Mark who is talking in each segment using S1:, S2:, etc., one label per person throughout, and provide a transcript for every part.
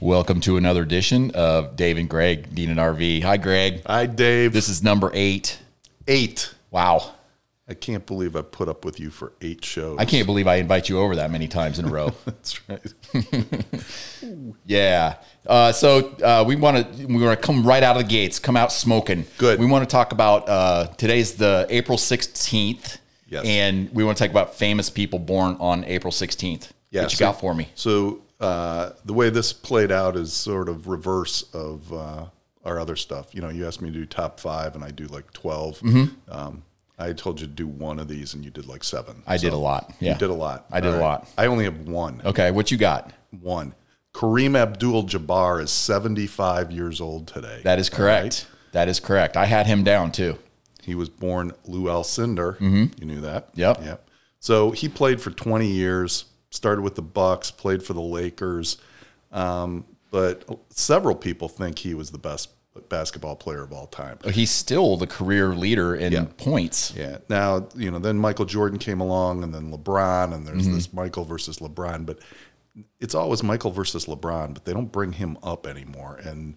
S1: Welcome to another edition of Dave and Greg, Dean and RV. Hi, Greg.
S2: Hi, Dave.
S1: This is number eight.
S2: eight.
S1: Wow.
S2: I can't believe I put up with you for eight shows.
S1: I can't believe I invite you over that many times in a row.
S2: That's right.
S1: yeah. Uh, so uh, we want to we want to come right out of the gates, come out smoking.
S2: Good.
S1: We want to talk about uh, today's the April sixteenth.
S2: Yes.
S1: And we want to talk about famous people born on April sixteenth.
S2: Yeah,
S1: What you
S2: so-
S1: got for me?
S2: So uh, the way this played out is sort of reverse of uh, our other stuff. You know, you asked me to do top five, and I do like 12
S1: Mm-hmm.
S2: Um, I told you to do one of these, and you did like seven.
S1: I did a lot. Yeah.
S2: You did a lot.
S1: I did a
S2: All
S1: lot. Oh.
S2: I only have one.
S1: Okay. What you got?
S2: One. Kareem Abdul-Jabbar is 75 years old today.
S1: That is correct. That is correct. I had him down too.
S2: He was born Lou Alcindor. You knew that.
S1: Yep.
S2: Yep. So he played for 20 years. Started with the Bucks, played for the Lakers, um, but several people think he was the best basketball player of all time.
S1: He's still the career leader in points.
S2: Yeah. Now you know. Then Michael Jordan came along, and then LeBron, and there's this Michael versus LeBron. But it's always Michael versus LeBron, but they don't bring him up anymore. And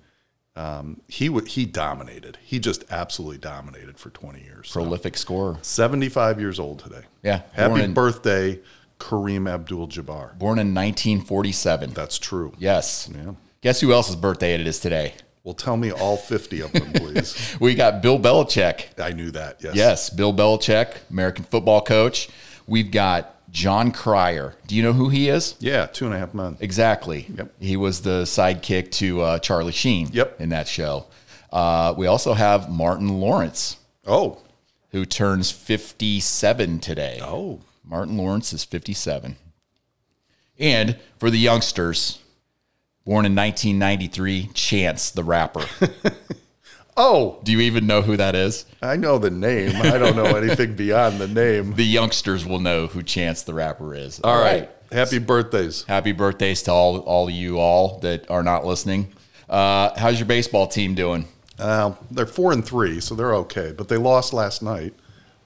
S2: um, he wa he dominated. He just absolutely dominated for 20 years.
S1: Prolific scorer.
S2: 75 years old today.
S1: Yeah.
S2: Happy
S1: Born in-
S2: birthday, Kareem Abdul Jabbar.
S1: Born in 1947.
S2: That's true.
S1: Yes.
S2: Yeah.
S1: Guess who else's birthday it is today?
S2: Well, tell me all 50 of them, please.
S1: We got Bill Belichick.
S2: I knew that. Yes.
S1: Yes, Bill Belichick, American football coach. We've got John Cryer. Do you know who he is?
S2: Yeah. Two and a half months.
S1: Exactly.
S2: Yep.
S1: He was the sidekick to uh, Charlie Sheen
S2: Yep.
S1: in that show. Uh, we also have Martin Lawrence,
S2: Oh.
S1: who turns 57 today.
S2: Oh.
S1: Martin Lawrence is 57. And for the youngsters, born in 1993, Chance the Rapper.
S2: Oh.
S1: Do you even know who that is?
S2: I know the name. I don't know anything beyond the name.
S1: The youngsters will know who Chance the Rapper is.
S2: All right. Happy birthdays.
S1: Happy birthdays to all, all you all that are not listening. Uh, how's your baseball team doing?
S2: Uh, they're four and three, so they're okay. But they lost last night.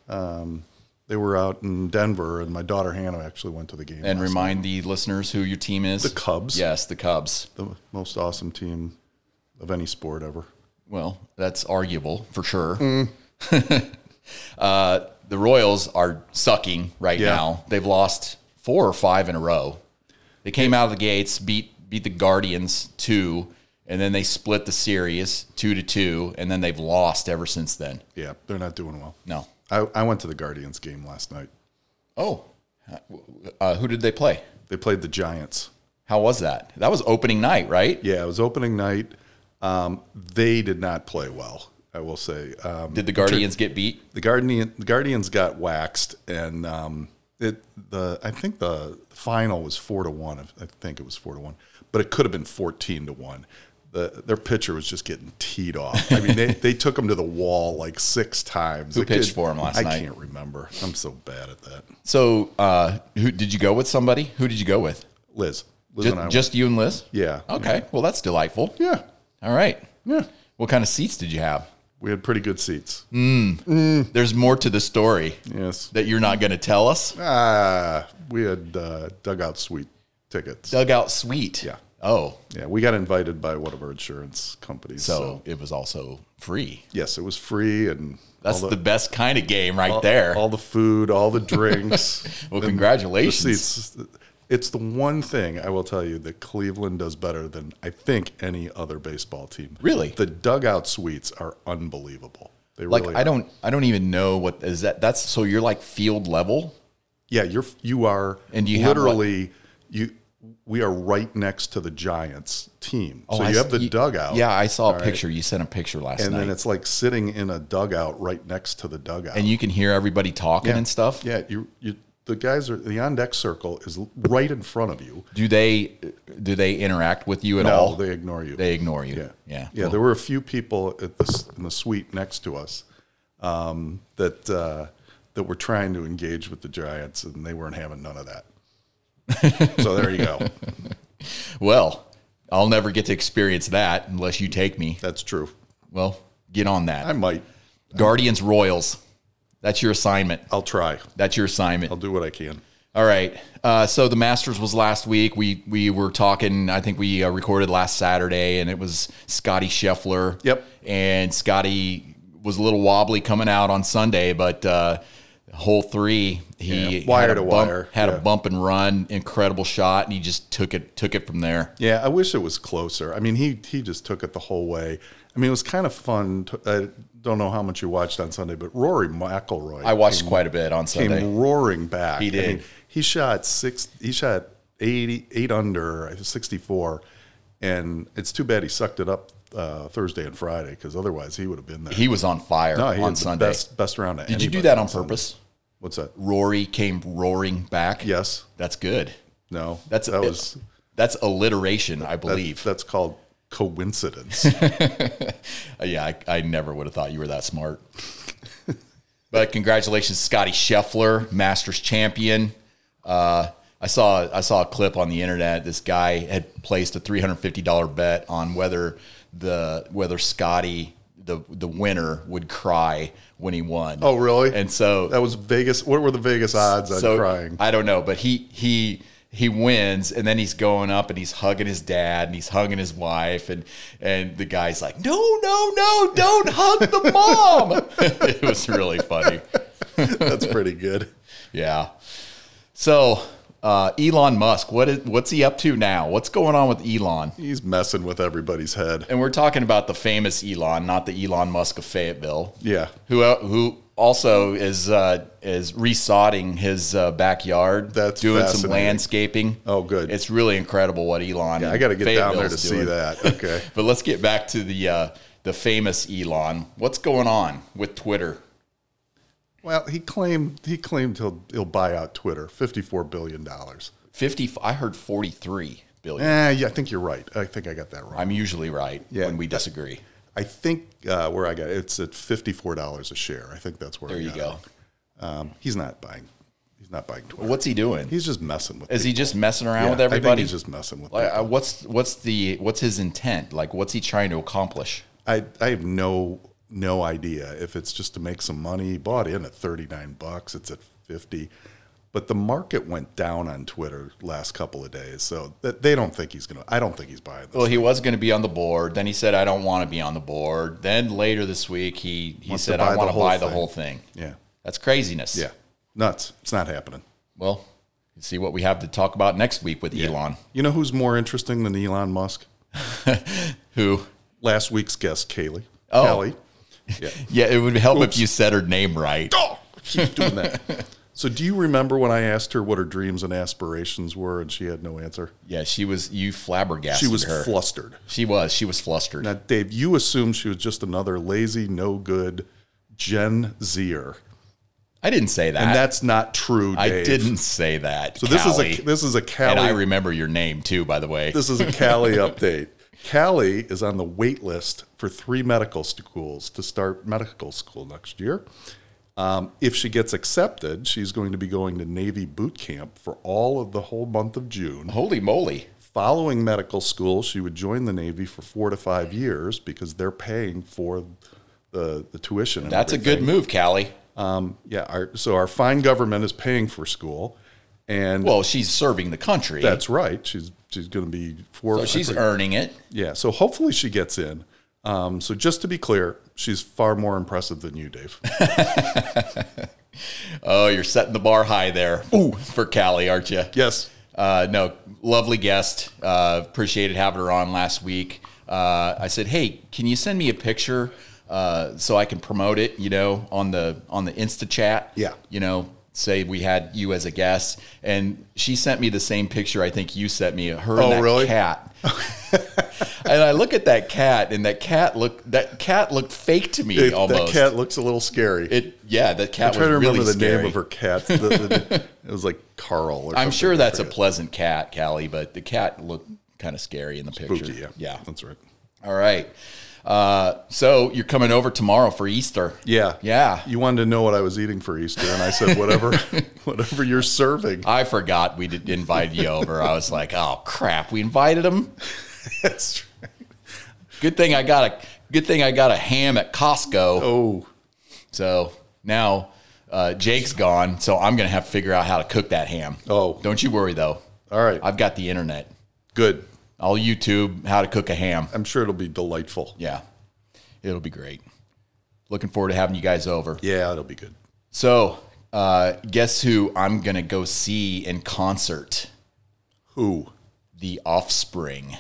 S2: Um, they were out in Denver, and my daughter Hannah actually went to the game.
S1: And
S2: last
S1: remind the listeners who your team is.
S2: The Cubs.
S1: Yes, the Cubs.
S2: the most awesome team of any sport ever.
S1: Well, that's arguable for sure. uh, the Royals are sucking right
S2: Yeah.
S1: now. They've lost four or five in a row. They came out of the gates, beat beat the Guardians two, and then they split the series two to two, and then they've lost ever since then.
S2: Yeah, they're not doing well.
S1: No.
S2: I, I went to the Guardians game last night.
S1: Oh, uh, who did they play?
S2: They played the Giants.
S1: How was that? That was opening night, right?
S2: Yeah, it was opening night. Um, they did not play well. I will say um,
S1: Did the Guardians get beat?
S2: the Guardian the Guardians got waxed, and um, it the I think the final was four to one. I think it was four to one, but it could have been fourteen to one. The, their pitcher was just getting teed off. I mean, they, they took him to the wall like six times. Who
S1: pitched for 'em last
S2: I
S1: night?
S2: can't remember. I'm so bad at that.
S1: So, uh, who did you go with? Somebody? Who did you go with?
S2: Liz. Liz
S1: Just,
S2: and I. went-
S1: just you and Liz?
S2: yeah.
S1: Okay. Well, that's delightful.
S2: Yeah.
S1: All right.
S2: Yeah.
S1: What kind of seats did you have?
S2: We had pretty good seats.
S1: Mm. There's more to the story
S2: Yes.
S1: that you're not going to tell us.
S2: Ah, we had uh, dugout suite tickets.
S1: Dugout suite.
S2: Yeah.
S1: Oh,
S2: Yeah, we got invited by one of our insurance companies.
S1: so,
S2: So,
S1: it was also free.
S2: yes, it was free and
S1: That's
S2: all
S1: the, best kind of game right there.
S2: all the food, all the drinks,
S1: well,
S2: the
S1: congratulations.
S2: seats. It's the one thing I will tell you that Cleveland does better than I think any other baseball team.
S1: Really?
S2: the dugout suites are unbelievable. They
S1: Like
S2: really
S1: I
S2: are.
S1: don't, I don't even know what is that. That's so you're like field level.
S2: Yeah, you're you are
S1: And you have what?
S2: literally you we are right next to the Giants team. so
S1: Oh, I s-
S2: you have the dugout.
S1: Yeah, I saw a picture. You sent a picture last
S2: Oh. And
S1: night,
S2: then it's like sitting in a dugout right next to the dugout.
S1: and you can hear everybody talking and stuff.
S2: yeah, you you the guys are the on deck circle is l- right in front of you.
S1: Do they, do they interact with you at all?
S2: No,
S1: They,
S2: they ignore you.
S1: ignore you.
S2: yeah.
S1: yeah,
S2: Yeah, there were a few people at the s- in the suite next to us um, that uh, that were trying to engage with the Giants and they weren't having none of that. so there you go.
S1: Well, I'll never get to experience that unless you take me.
S2: That's true.
S1: Well, get on that.
S2: I might
S1: Guardians Royals. That's your assignment.
S2: I'll try.
S1: That's your assignment.
S2: I'll do what I can.
S1: All right. Uh, so the Masters was last week. We we were talking. I think we uh, recorded last Saturday, and it was Scotty Scheffler.
S2: Yep.
S1: And Scotty was a little wobbly coming out on Sunday, but uh, hole three, he
S2: Yeah, wire
S1: had a
S2: to
S1: bump-
S2: wire.
S1: had
S2: Yeah.
S1: a bump and run, incredible shot, and he just took it took it from there.
S2: Yeah, I wish it was closer. I mean, he he just took it the whole way. I mean, it was kind of fun. To, I don't know how much you watched on Sunday, but Rory McIlroy
S1: I watched quite a bit on
S2: came
S1: Sunday.
S2: roaring back.
S1: He
S2: I
S1: did.
S2: mean, he shot six. He shot 80, eight under sixty four, and it's too bad he sucked it up uh, Thursday and Friday because otherwise he would have been there.
S1: He was on fire
S2: No, he
S1: on
S2: had the
S1: Sunday.
S2: best best round. of
S1: Did you do
S2: anybody
S1: that on
S2: Sunday.
S1: purpose?
S2: What's that?
S1: Rory came roaring back.
S2: Yes.
S1: That's good.
S2: No.
S1: That's
S2: that was
S1: that's alliteration, I
S2: that-
S1: believe.
S2: that's called coincidence.
S1: Uh, yeah, I, I never would have thought you were that smart. but congratulations, Scotty Scheffler, Masters champion. Uh, I saw I saw a clip on the internet. This guy had placed a three hundred fifty dollar bet on whether the whether Scotty the the winner would cry when he won.
S2: oh, really?
S1: and so
S2: That was Vegas. What were the Vegas odds on
S1: so
S2: crying?
S1: I don't know, but he he he wins, and then he's going up and he's hugging his dad and he's hugging his wife, and and the guy's like, no, no, no, don't hug the mom. it was really funny.
S2: That's pretty good.
S1: Yeah. So uh, Elon Musk, what is what's he up to now? What's going on with Elon?
S2: He's messing with everybody's head.
S1: And we're talking about the famous Elon, not the Elon Musk of Fayetteville.
S2: Yeah.
S1: Who, who also is uh, is resodding his uh, backyard.
S2: That's
S1: doing some
S2: fascinating.
S1: landscaping.
S2: Oh, good.
S1: It's really incredible what Elon.
S2: I got to get down there to see that. Okay.
S1: But let's get back to the uh, the famous Elon. What's going on with Twitter?
S2: Well, he claimed he claimed he'll he'll buy out Twitter, fifty four billion dollars.
S1: Fifty. I heard forty three billion.
S2: Eh, yeah, I think you're right. I think I got that wrong.
S1: I'm usually right
S2: Yeah.
S1: when we disagree.
S2: I think uh, where I got it, it's at fifty four dollars a share. I think that's where
S1: There
S2: I
S1: you
S2: got
S1: go.
S2: it. Um, he's not buying. He's not buying Twitter.
S1: What's he doing?
S2: He's just messing with.
S1: is he just messing around with
S2: Yeah, I think
S1: everybody?
S2: he's just messing with.
S1: Like, uh, what's what's the what's his intent? Like, what's he trying to accomplish?
S2: I I have no no idea if it's just to make some money. He bought in at 39 bucks. It's at 50. But the market went down on Twitter last couple of days, so that they don't think he's gonna. I don't think he's buying this.
S1: Well, he was going to be on the board. Then he said, "I don't want to be on the board." Then later this week, he he
S2: to
S1: said,
S2: buy
S1: "I
S2: the
S1: want to
S2: whole
S1: buy the
S2: thing."
S1: whole thing."
S2: yeah,
S1: That's craziness.
S2: yeah, nuts. It's not happening.
S1: Well, you see what we have to talk about next week with Elon,
S2: You know who's more interesting than Elon Musk?
S1: who.
S2: Last week's guest, Kaylee.
S1: Oh.
S2: Kelly. Yeah.
S1: Yeah, it would help if you said her name right.
S2: oh, keeps doing that. So, do you remember when I asked her what her dreams and aspirations were, and she had no answer?
S1: Yeah, she was. You flabbergasted
S2: She was
S1: her.
S2: flustered.
S1: she was. She was flustered.
S2: Now, Dave, you assumed she was just another lazy, no good Gen Zer,
S1: I didn't say that.
S2: and that's not true.
S1: I
S2: Dave.
S1: didn't say that.
S2: So this
S1: Callie.
S2: is a this is a
S1: and I
S2: Callie.
S1: remember your name too, by the way.
S2: this is a Callie update. Callie is on the wait list for three medical schools to start medical school next year. Um, if she gets accepted, she's going to be going to Navy boot camp for all of the whole month of June.
S1: Holy moly!
S2: Following medical school, she would join the Navy for four to five years because they're paying for the, the tuition. and
S1: That's a good move, Callie.
S2: Um, yeah, our, so our fine government is paying for school, and
S1: Well, she's serving the country.
S2: that's right. She's she's going to be four.
S1: so she's earning it.
S2: yeah. So hopefully she gets in. Um, so just to be clear, she's far more impressive than you, Dave.
S1: Oh, you're setting the bar high there for Callie, aren't you?
S2: yes,
S1: Uh, no, lovely guest. Uh, appreciated having her on last week. Uh, I said, hey, can you send me a picture uh, so I can promote it? You know, on the on the Insta chat.
S2: Yeah.
S1: You know, say we had you as a guest, and she sent me the same picture. I think you sent me her
S2: Oh,
S1: and that
S2: really?
S1: cat. and I look at that cat, and that cat look that cat looked fake to me
S2: Dave, that
S1: almost.
S2: cat looks a little scary.
S1: it yeah, that cat
S2: I'm trying to
S1: was
S2: remember
S1: really
S2: the
S1: scary.
S2: name of her cat. The- the- it was like Carl. Or
S1: I'm
S2: something.
S1: sure
S2: I
S1: that's a
S2: forget.
S1: pleasant cat, Callie, but the cat looked kind of scary in the picture.
S2: Spooky, yeah, that's right.
S1: All right. Uh, so you're coming over tomorrow for Easter.
S2: Yeah,
S1: Yeah.
S2: You wanted to know what I was eating for Easter, and I said whatever, whatever you're serving.
S1: I forgot we did invite you over. I was like, oh crap, we invited him.
S2: That's right.
S1: Good thing I got a good thing I got a ham at Costco.
S2: Oh,
S1: So now Uh, Jake's gone, so I'm going to have to figure out how to cook that ham.
S2: Oh.
S1: Don't you worry, though.
S2: All right.
S1: I've got the internet.
S2: Good.
S1: I'll YouTube how to cook a ham.
S2: I'm sure it'll be delightful.
S1: Yeah, it'll be great. Looking forward to having you guys over.
S2: Yeah, it'll be good.
S1: So, uh, guess who I'm going to go see in concert?
S2: Who?
S1: The Offspring.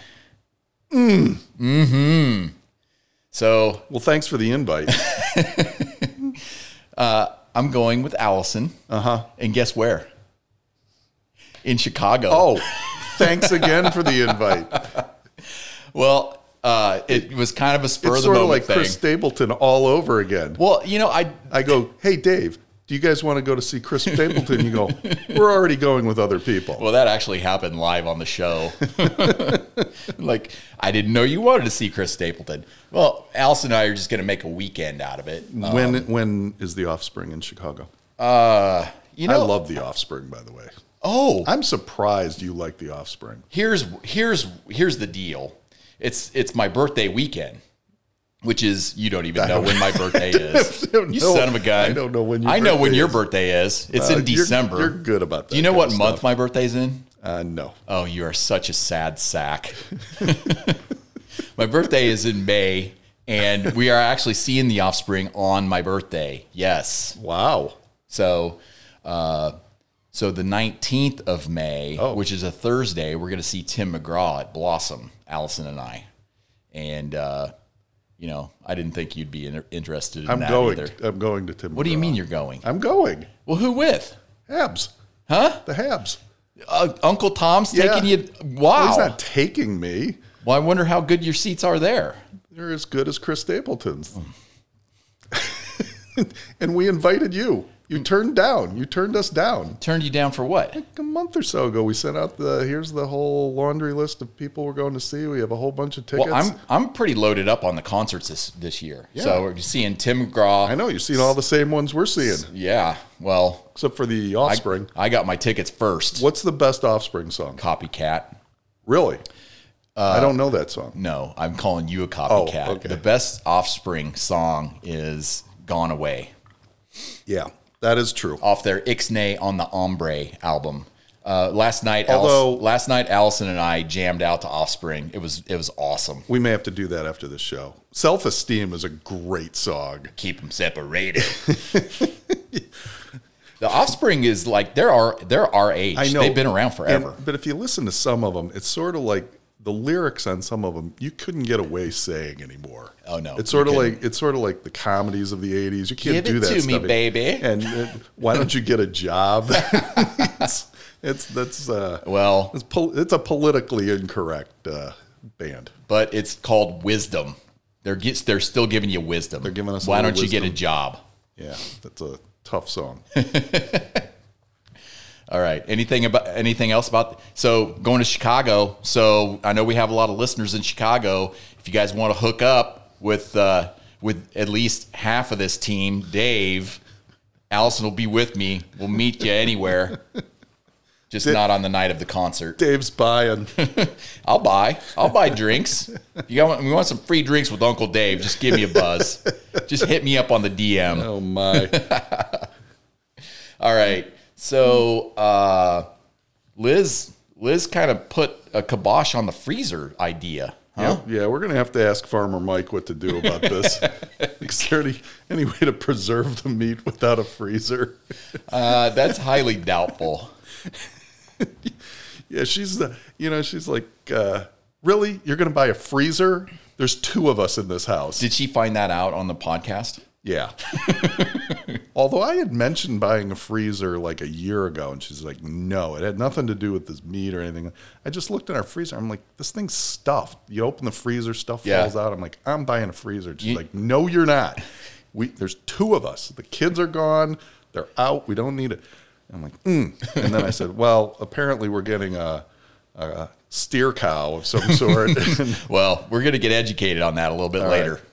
S1: Mm. Mm-hmm.
S2: Mm.
S1: So
S2: Well, thanks for the invite.
S1: I'm going with Allison. Uh
S2: Uh-huh.
S1: huh. And guess where? In Chicago.
S2: oh, thanks again for the invite.
S1: well, uh, it was kind of a spur
S2: It's
S1: of the
S2: sort of
S1: moment
S2: like
S1: thing.
S2: Chris Stapleton all over again.
S1: well, you know, I
S2: I go, hey, Dave, do you guys want to go to see Chris Stapleton? You go, we're already going with other people.
S1: Well, that actually happened live on the show. like, I didn't know you wanted to see Chris Stapleton. Well, Allison and I are just going to make a weekend out of it. Uh,
S2: when when is the Offspring in Chicago?
S1: you know,
S2: I love the Offspring, by the way.
S1: oh,
S2: I'm surprised you like the Offspring.
S1: here's here's here's the deal. It's it's my birthday weekend, which is you don't even know when my birthday is.
S2: don't
S1: you
S2: know.
S1: son of a gun!
S2: I don't know when your
S1: I know when
S2: birthday
S1: your
S2: is.
S1: birthday is. It's
S2: Uh,
S1: in
S2: you're-
S1: December.
S2: You're, good about that.
S1: Do you know
S2: kind
S1: what
S2: of
S1: month
S2: stuff.
S1: my birthday's in?
S2: Uh, no.
S1: Oh, you are such a sad sack. my birthday is in May, and we are actually seeing the offspring on my birthday. Yes.
S2: Wow.
S1: So, uh, so the 19th of May,
S2: Oh.
S1: which is a Thursday, we're going to see Tim McGraw at Blossom, Allison and I. And, uh, you know, I didn't think you'd be in- interested in
S2: I'm
S1: that
S2: going.
S1: either.
S2: I'm going to Tim.
S1: What do you mean you're going?
S2: I'm going.
S1: Well, who with?
S2: Habs.
S1: Huh?
S2: The Habs.
S1: Uh, Uncle Tom's
S2: Yeah.
S1: taking you. Wow.
S2: Well, he's not taking me.
S1: Well, I wonder how good your seats are there.
S2: They're as good as Chris Stapleton's. and we invited you. You turned down. You turned us down.
S1: Turned you down for what?
S2: a month or so ago, we sent out the here's the whole laundry list of people we're going to see. We have a whole bunch of tickets.
S1: Well, I'm I'm pretty loaded up on the concerts this this year. So we're seeing Tim McGraw.
S2: I know you've seen all the same ones we're seeing,
S1: Yeah. Well,
S2: except for the Offspring.
S1: I got my tickets first.
S2: What's the best Offspring song?
S1: Copycat.
S2: Really?
S1: Uh,
S2: I don't know that song.
S1: No, I'm calling you a copycat.
S2: Oh, okay.
S1: The best Offspring song is "Gone Away"
S2: Yeah, that is true.
S1: off their Ixnay on the Ombre album. Uh, last night,
S2: Although-
S1: Alice, last night Allison and I jammed out to Offspring. It was it was awesome.
S2: We may have to do that after this show. Self Esteem is a great song.
S1: keep them separated. the offspring is like they're our they're our age.
S2: I know.
S1: They've been around
S2: And-
S1: forever.
S2: but if you listen to some of them, it's sort of like the lyrics on some of them you couldn't get away saying anymore.
S1: Oh, no,
S2: It's
S1: you
S2: sort of
S1: couldn't.
S2: like it's sort of like the comedies of the '80s. You can't
S1: Give it
S2: do that
S1: to me,
S2: stuff.
S1: baby.
S2: And uh, why don't you get a job? it's, it's that's uh,
S1: well,
S2: it's, pol- it's a politically incorrect uh, band.
S1: but it's called wisdom. They're gets they're still giving you wisdom. They're
S2: giving us a
S1: Why
S2: little
S1: don't you get a job?
S2: Yeah, that's a tough song.
S1: All right. Anything about anything else about so going to Chicago? So I know we have a lot of listeners in Chicago. If you guys want to hook up with uh, with at least half of this team, Dave, Allison will be with me. We'll meet you anywhere. Just not on the night of the concert.
S2: Dave's buying.
S1: I'll buy. I'll buy drinks. If you want, we want some free drinks with Uncle Dave. Just give me a buzz. Just hit me up on the DM.
S2: Oh my!
S1: All right. So uh, Liz Liz kind of put a kibosh on the freezer idea. Huh?
S2: Yeah, we're gonna have to ask Farmer Mike what to do about this. Is there any, any way to preserve the meat without a freezer?
S1: Uh, that's highly doubtful.
S2: Yeah, she's the, you know, she's like, uh, really? You're going to buy a freezer? There's two of us in this house.
S1: Did she find that out on the podcast?
S2: yeah. Although I had mentioned buying a freezer like a year ago, and she's like, no, it had nothing to do with this meat or anything. I just looked in our freezer. I'm like, this thing's stuffed. You open the freezer, stuff
S1: Yeah.
S2: falls out. I'm like, I'm buying a freezer. She's like, no, you're not. We There's two of us. The kids are gone. They're out. We don't need it. I'm like, mm. and then I said, well, apparently we're getting a, a steer cow of some sort. And
S1: Well, we're gonna get educated on that a little bit later.
S2: right.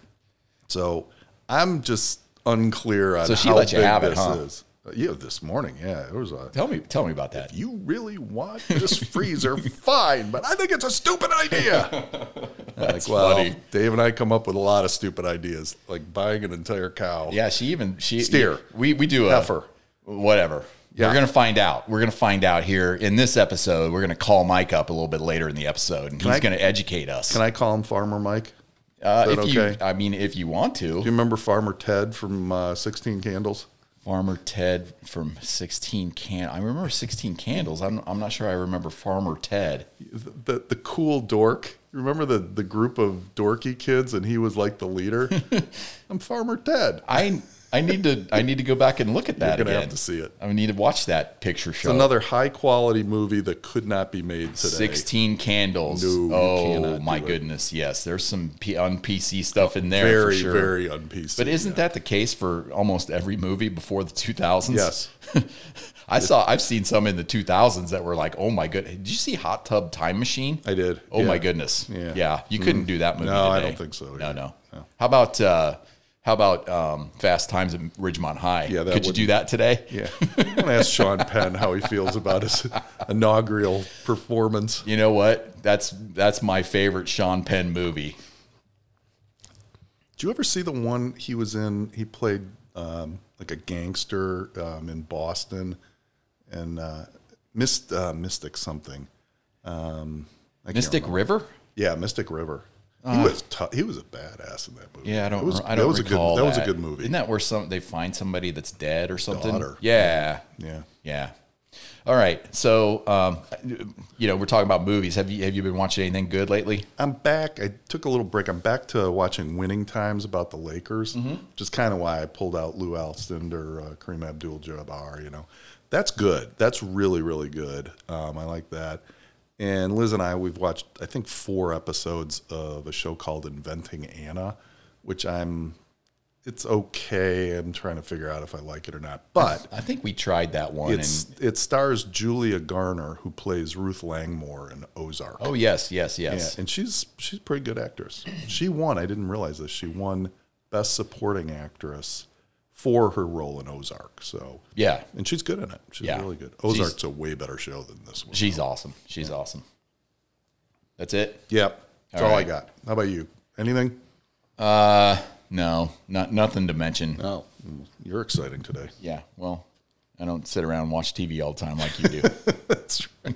S2: so I'm just unclear on
S1: So she
S2: how
S1: let you
S2: big
S1: have it,
S2: this
S1: huh?
S2: is. Uh, Yeah, this morning. Yeah, it was a.
S1: Tell me, tell me about that.
S2: You really want this freezer? Fine, but I think it's a stupid idea.
S1: That's
S2: like, well,
S1: funny.
S2: Dave and I come up with a lot of stupid ideas, like buying an entire cow.
S1: Yeah, she even she
S2: Steer.
S1: We we do a
S2: Heifer.
S1: whatever.
S2: Yeah.
S1: We're gonna find out. We're gonna find out here in this episode. We're gonna call Mike up a little bit later in the episode, and he's
S2: I-
S1: gonna educate us.
S2: Can I call him Farmer Mike?
S1: uh,
S2: is
S1: if
S2: that okay?
S1: you, I mean, if you want to,
S2: Do you remember Farmer Ted from uh, 16 Candles?
S1: Farmer Ted from Sixteen Can. I remember Sixteen Candles. I'm I'm not sure. I remember Farmer Ted.
S2: The, the, the cool dork. You Remember the, the group of dorky kids and he was like the leader? I'm Farmer Ted.
S1: I I need to I need to go back and look at that
S2: You're going to
S1: again.
S2: have to see it.
S1: I need to watch that picture show.
S2: Another high quality movie that could not be made today.
S1: 16 candles.
S2: No, you
S1: oh
S2: cannot
S1: my
S2: do it.
S1: goodness. Yes, there's some P- on PC stuff in there
S2: very,
S1: for sure.
S2: very un PC.
S1: But isn't that the case for almost every movie before the 2000s?
S2: Yes.
S1: I saw I've seen some in the 2000s that were like, "Oh my good. Did you see Hot Tub Time Machine?"
S2: I did.
S1: Oh my
S2: Yeah.
S1: goodness.
S2: Yeah. Mm.
S1: You couldn't do that movie
S2: No, I
S1: today.
S2: don't think so,
S1: No,
S2: yeah.
S1: no. How about uh how about um, Fast Times at Ridgemont High?
S2: Yeah, that
S1: Could you do that
S2: wouldn't-
S1: today?
S2: Yeah. I'm going to ask Sean Penn how he feels about his inaugural performance.
S1: You know what? That's that's my favorite Sean Penn movie.
S2: Did you ever see the one he was in? He played um, like a gangster um, in Boston and uh, Myst, uh, Mystic something. Um, I can't
S1: Mystic
S2: remember.
S1: River?
S2: Yeah, Mystic River. He was tou- he was a badass in that movie.
S1: Yeah, I don't.
S2: It was,
S1: I
S2: that
S1: don't
S2: was
S1: recall
S2: a good, that. was a good movie.
S1: Isn't that where some they find somebody that's dead or something?
S2: Daughter.
S1: Yeah,
S2: yeah.
S1: yeah. All right. So, um, you know, we're talking about movies. Have you have you been watching anything good lately?
S2: I'm back. I took a little break. I'm back to watching Winning Times about the Lakers, which is kind of why I pulled out Lou Alcindor, or uh, Kareem Abdul-Jabbar. You know, that's good. That's really, really good. Um, I like that. And Liz and I, we've watched I think four episodes of a show called Inventing Anna, which I'm. It's okay. I'm trying to figure out if I like it or not, but
S1: I think we tried that one.
S2: it's
S1: and
S2: it stars Julia Garner who plays Ruth Langmore in Ozark.
S1: oh yes, yes,
S2: Yeah,
S1: yes.
S2: and she's she's a pretty good actress. She won. I didn't realize this. She won Best Supporting Actress for her role in Ozark. So
S1: Yeah,
S2: and she's good in it. She's
S1: Yeah.
S2: really good.
S1: She's-
S2: Ozark's a way better show than this one.
S1: she's awesome. She's awesome. That's it.
S2: Yep, that's all,
S1: All
S2: I
S1: right.
S2: got. How about you? Anything?
S1: No, not nothing to mention.
S2: No, Mm, you're exciting today.
S1: Yeah. Well, I don't sit around and watch TV all the time like you do.
S2: That's right.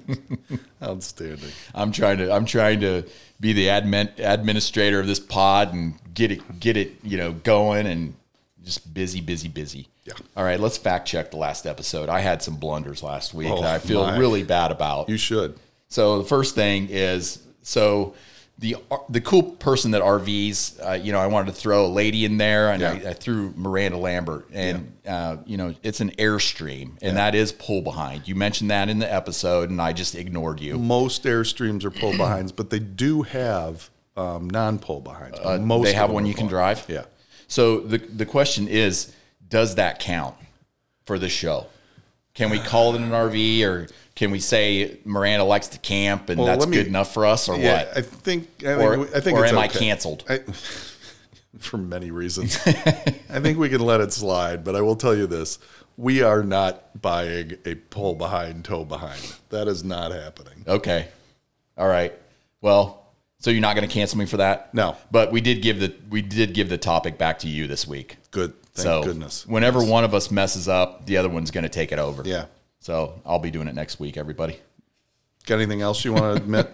S2: Outstanding.
S1: I'm trying to I'm trying to be the admin administrator of this pod and get it get it you know going and just busy busy busy.
S2: Yeah.
S1: All right, let's fact check the last episode. I had some blunders last week
S2: Oh,
S1: that I feel
S2: my.
S1: really bad about.
S2: You should.
S1: So the first thing is so the the cool person that RVs, uh, you know, I wanted to throw a lady in there, and I,
S2: Yeah.
S1: I threw Miranda Lambert, and uh, you know, it's an airstream, and that is pull behind. You mentioned that in the episode, and I just ignored you.
S2: Most Airstreams are pull behinds, but they do have um, non pull behinds. but most
S1: Uh, they
S2: of
S1: have
S2: them
S1: one
S2: are
S1: you can
S2: pull-
S1: drive.
S2: Yeah.
S1: So the the question is, does that count for the show? Can we call it an RV, or can we say Miranda likes to camp and that's
S2: let me-
S1: good enough for us, or
S2: Yeah,
S1: what?
S2: I think. I think,
S1: Or-
S2: we- I think
S1: or
S2: it's
S1: am I
S2: okay.
S1: canceled?
S2: I- for many reasons. I think we can let it slide, but I will tell you this: we are not buying a pull behind, toe behind. That is not happening.
S1: okay, all right. Well, so you're not going to cancel me for that?
S2: No.
S1: But we did give the we did give the topic back to you this week.
S2: Good. Thank
S1: so
S2: goodness.
S1: whenever one of us messes up, the other one's going to take it over.
S2: Yeah.
S1: So I'll be doing it next week, everybody.
S2: Got anything else you want to admit?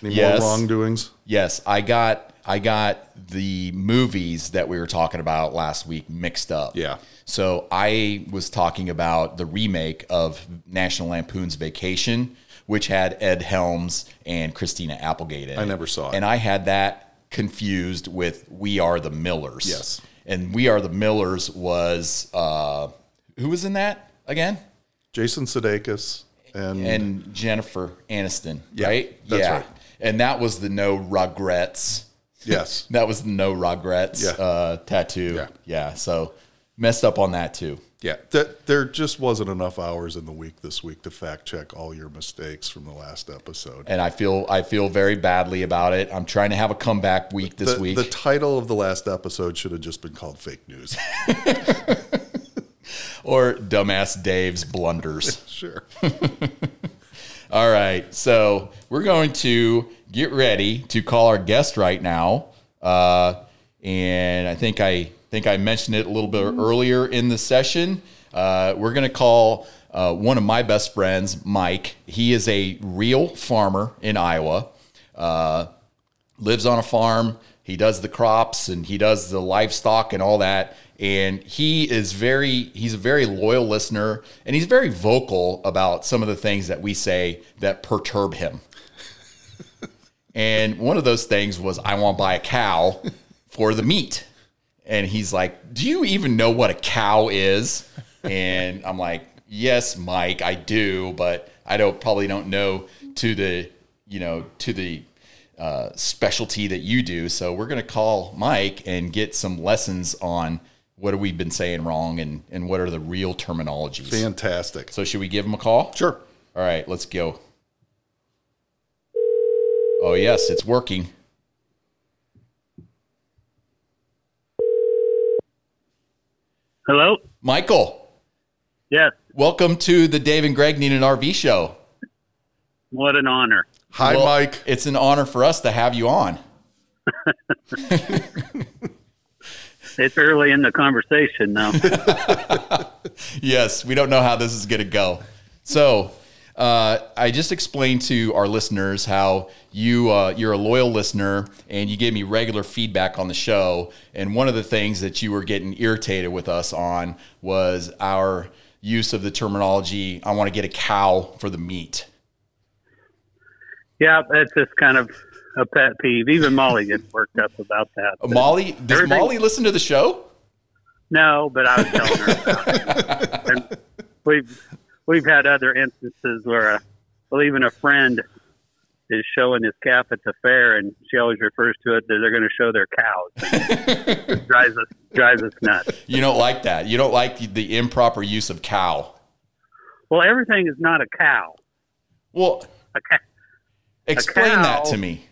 S2: Any
S1: Yes.
S2: more wrongdoings?
S1: Yes, I got I got the movies that we were talking about last week mixed up.
S2: Yeah.
S1: So I was talking about the remake of National Lampoon's Vacation, which had Ed Helms and Christina Applegate in it.
S2: I never saw it.
S1: And I had that confused with We Are the Millers.
S2: Yes.
S1: And We Are the Millers was uh who was in that again?
S2: Jason Sudeikis and,
S1: and Jennifer Aniston,
S2: Mm. Yeah,
S1: right?
S2: that's right.
S1: And that was the no regrets.
S2: yes,
S1: That was the no regrets
S2: Yeah.
S1: uh, tattoo.
S2: Yeah.
S1: So messed up on that too.
S2: yeah. That there just wasn't enough hours in the week this week to fact check all your mistakes from the last episode.
S1: And I feel I feel very badly about it. I'm trying to have a comeback week this
S2: the,
S1: week.
S2: The title of the last episode should have just been called "Fake News."
S1: or dumbass Dave's blunders.
S2: sure.
S1: All right. So we're going to get ready to call our guest right now. Uh, and I think I think I mentioned it a little bit earlier in the session. Uh, we're going to call uh, one of my best friends, Mike. He is a real farmer in Iowa. Uh, lives on a farm. He does the crops and he does the livestock and all that. And he is very, he's a very loyal listener and he's very vocal about some of the things that we say that perturb him. and one of those things was, I want to buy a cow for the meat. And he's like, Do you even know what a cow is? And I'm like, Yes, Mike, I do, but I don't probably don't know to the, you know, to the, uh, specialty that you do. So we're going to call Mike and get some lessons on what have we been saying wrong and, and what are the real terminologies.
S2: Fantastic.
S1: So should we give him a call?
S2: Sure.
S1: All right, let's go. Oh yes, it's working.
S3: Hello?
S1: Michael,
S3: Yes.
S1: welcome to the Dave and Greg Need an RV Show.
S3: What an honor.
S2: Hi,
S1: Well,
S2: Mike.
S1: It's an honor for us to have you on.
S3: It's early in the conversation now.
S1: yes, we don't know how this is going to go. So, uh, I just explained to our listeners how you uh, you're a loyal listener, and you gave me regular feedback on the show. And one of the things that you were getting irritated with us on was our use of the terminology "I want to get a cow for the meat."
S3: yeah, that's just kind of a pet peeve. Even Molly gets worked up about that.
S1: Uh, Molly, does
S3: Everything-
S1: Molly listen to the show?
S3: No, but I was telling her. About it. And we've we've had other instances where, a, well, even a friend is showing his calf at the fair, and she always refers to it that they're going to show their cows. It drives us drives us nuts.
S1: You don't like that. You don't like the, the improper use of cow.
S3: Well, everything is not a cow.
S1: Well,
S3: A cow.
S1: explain that
S3: cow-
S1: to me.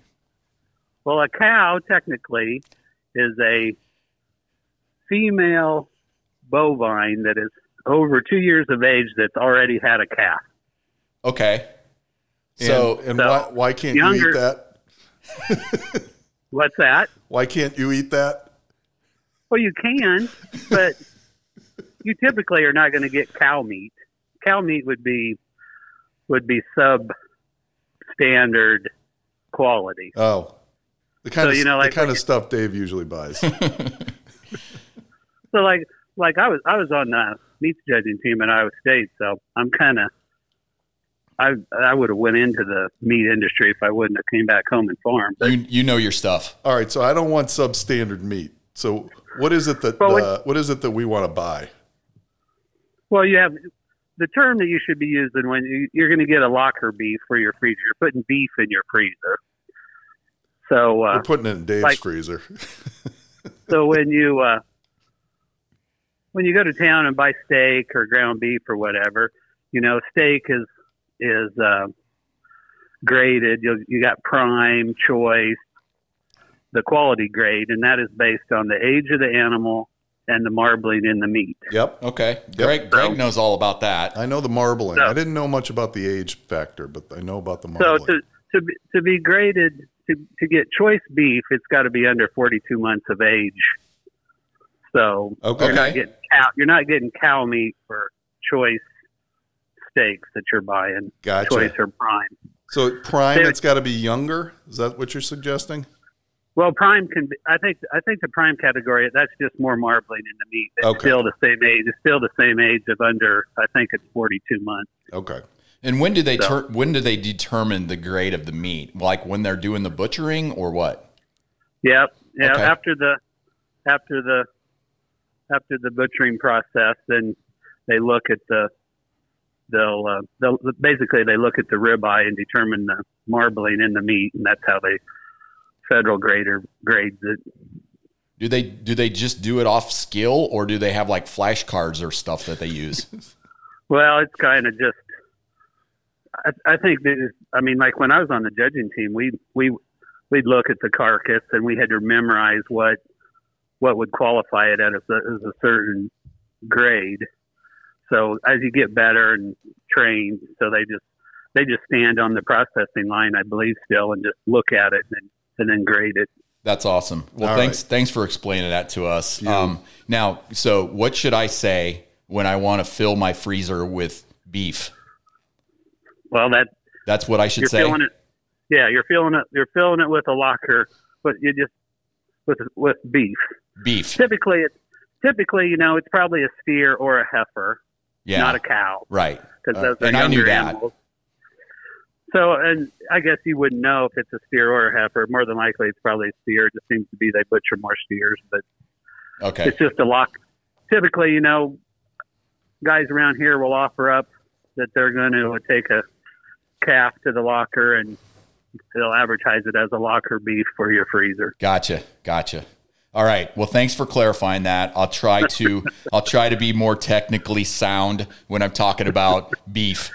S3: Well, a cow technically is a female bovine that is over two years of age that's already had a calf.
S1: Okay.
S2: And-
S1: So
S2: and,
S3: so
S2: why, why can't you
S3: younger-
S2: eat that?
S3: What's that?
S2: Why can't you eat that?
S3: Well, you can, but you typically are not going to get cow meat. Cow meat would be would be substandard quality.
S2: Oh, the kind
S3: So,
S2: of
S3: you know, like-
S2: the kind of stuff Dave usually buys.
S3: So, like like I was I was on the meat judging team at Iowa State, so I'm kind of I I would have went into the meat industry if I wouldn't have came back home and farmed. But
S1: you you know your stuff.
S2: All right, so I don't want substandard meat. So what is it that
S3: Well,
S2: uh, what is it that we want to buy?
S3: Well, you have the term that you should be using when you, you're going to get a locker beef for your freezer. You're putting beef in your freezer. So, uh,
S2: We're putting it in Dave's
S3: like-
S2: freezer.
S3: so when you uh, when you go to town and buy steak or ground beef or whatever, you know, steak is is uh, graded. You you got prime, choice, the quality grade, and that is based on the age of the animal and the marbling in the meat.
S2: yep,
S1: Okay. Greg Greg knows all about that.
S2: I know the marbling.
S3: So-
S2: I didn't know much about the age factor, but I know about the
S3: So
S2: marbling.
S3: to to be, to be graded to, to get choice beef, it's got to be under 42 months of age. So
S2: okay.
S3: you're not getting cow you're not getting cow meat for choice steaks that you're buying, choice
S2: gotcha.
S3: or prime.
S2: So prime,
S3: There-
S2: it's got to be younger. Is that what you're suggesting?
S3: Well, prime can be, I think I think the prime category that's just more marbling in the meat. It's
S2: Okay.
S3: still the same age. It's still the same age of under I think it's 42 months.
S2: Okay.
S1: And when do they
S3: So-
S1: ter- when do they determine the grade of the meat? Like when they're doing the butchering or what?
S3: Yep. Yeah.
S1: Okay.
S3: After the after the after the butchering process, then they look at the they'll, uh, they'll basically they look at the ribeye and determine the marbling in the meat, and that's how they federal grader grades it.
S1: Do they do they just do it off skill or do they have like flashcards or stuff that they use?
S3: Well, it's kind of just. I, I think that is, I mean, like when I was on the judging team, we we we'd look at the carcass and we had to memorize what what would qualify it at as a, as a certain grade. So as you get better and trained, so they just they just stand on the processing line, I believe, still, and just look at it and, and then grade it.
S1: That's awesome. Well,
S2: All
S1: thanks
S2: right.
S1: thanks for explaining that to us. Um, now, so what should I say when I want to fill my freezer with beef?
S3: Well, that
S1: That's what I should
S3: you're
S1: say.
S3: filling it. Yeah, you're filling it. You're filling it with a locker, but you just with with beef.
S1: Beef.
S3: Typically, it's typically you know it's probably a steer or a heifer,
S1: Yeah.
S3: not a cow,
S1: right.
S3: because
S2: Uh,
S3: those are
S1: and I knew
S3: younger
S1: that.
S3: animals. So, and I guess you wouldn't know if it's a steer or a heifer. More than likely, it's probably a steer. It just seems to be they butcher more steers, but
S1: Okay.
S3: it's just a lock. Typically, you know, guys around here will offer up that they're going to take a calf to the locker and they'll advertise it as a locker beef for your freezer.
S1: Gotcha. Gotcha. All right. Well, thanks for clarifying that. I'll try to I'll try to be more technically sound when I'm talking about beef.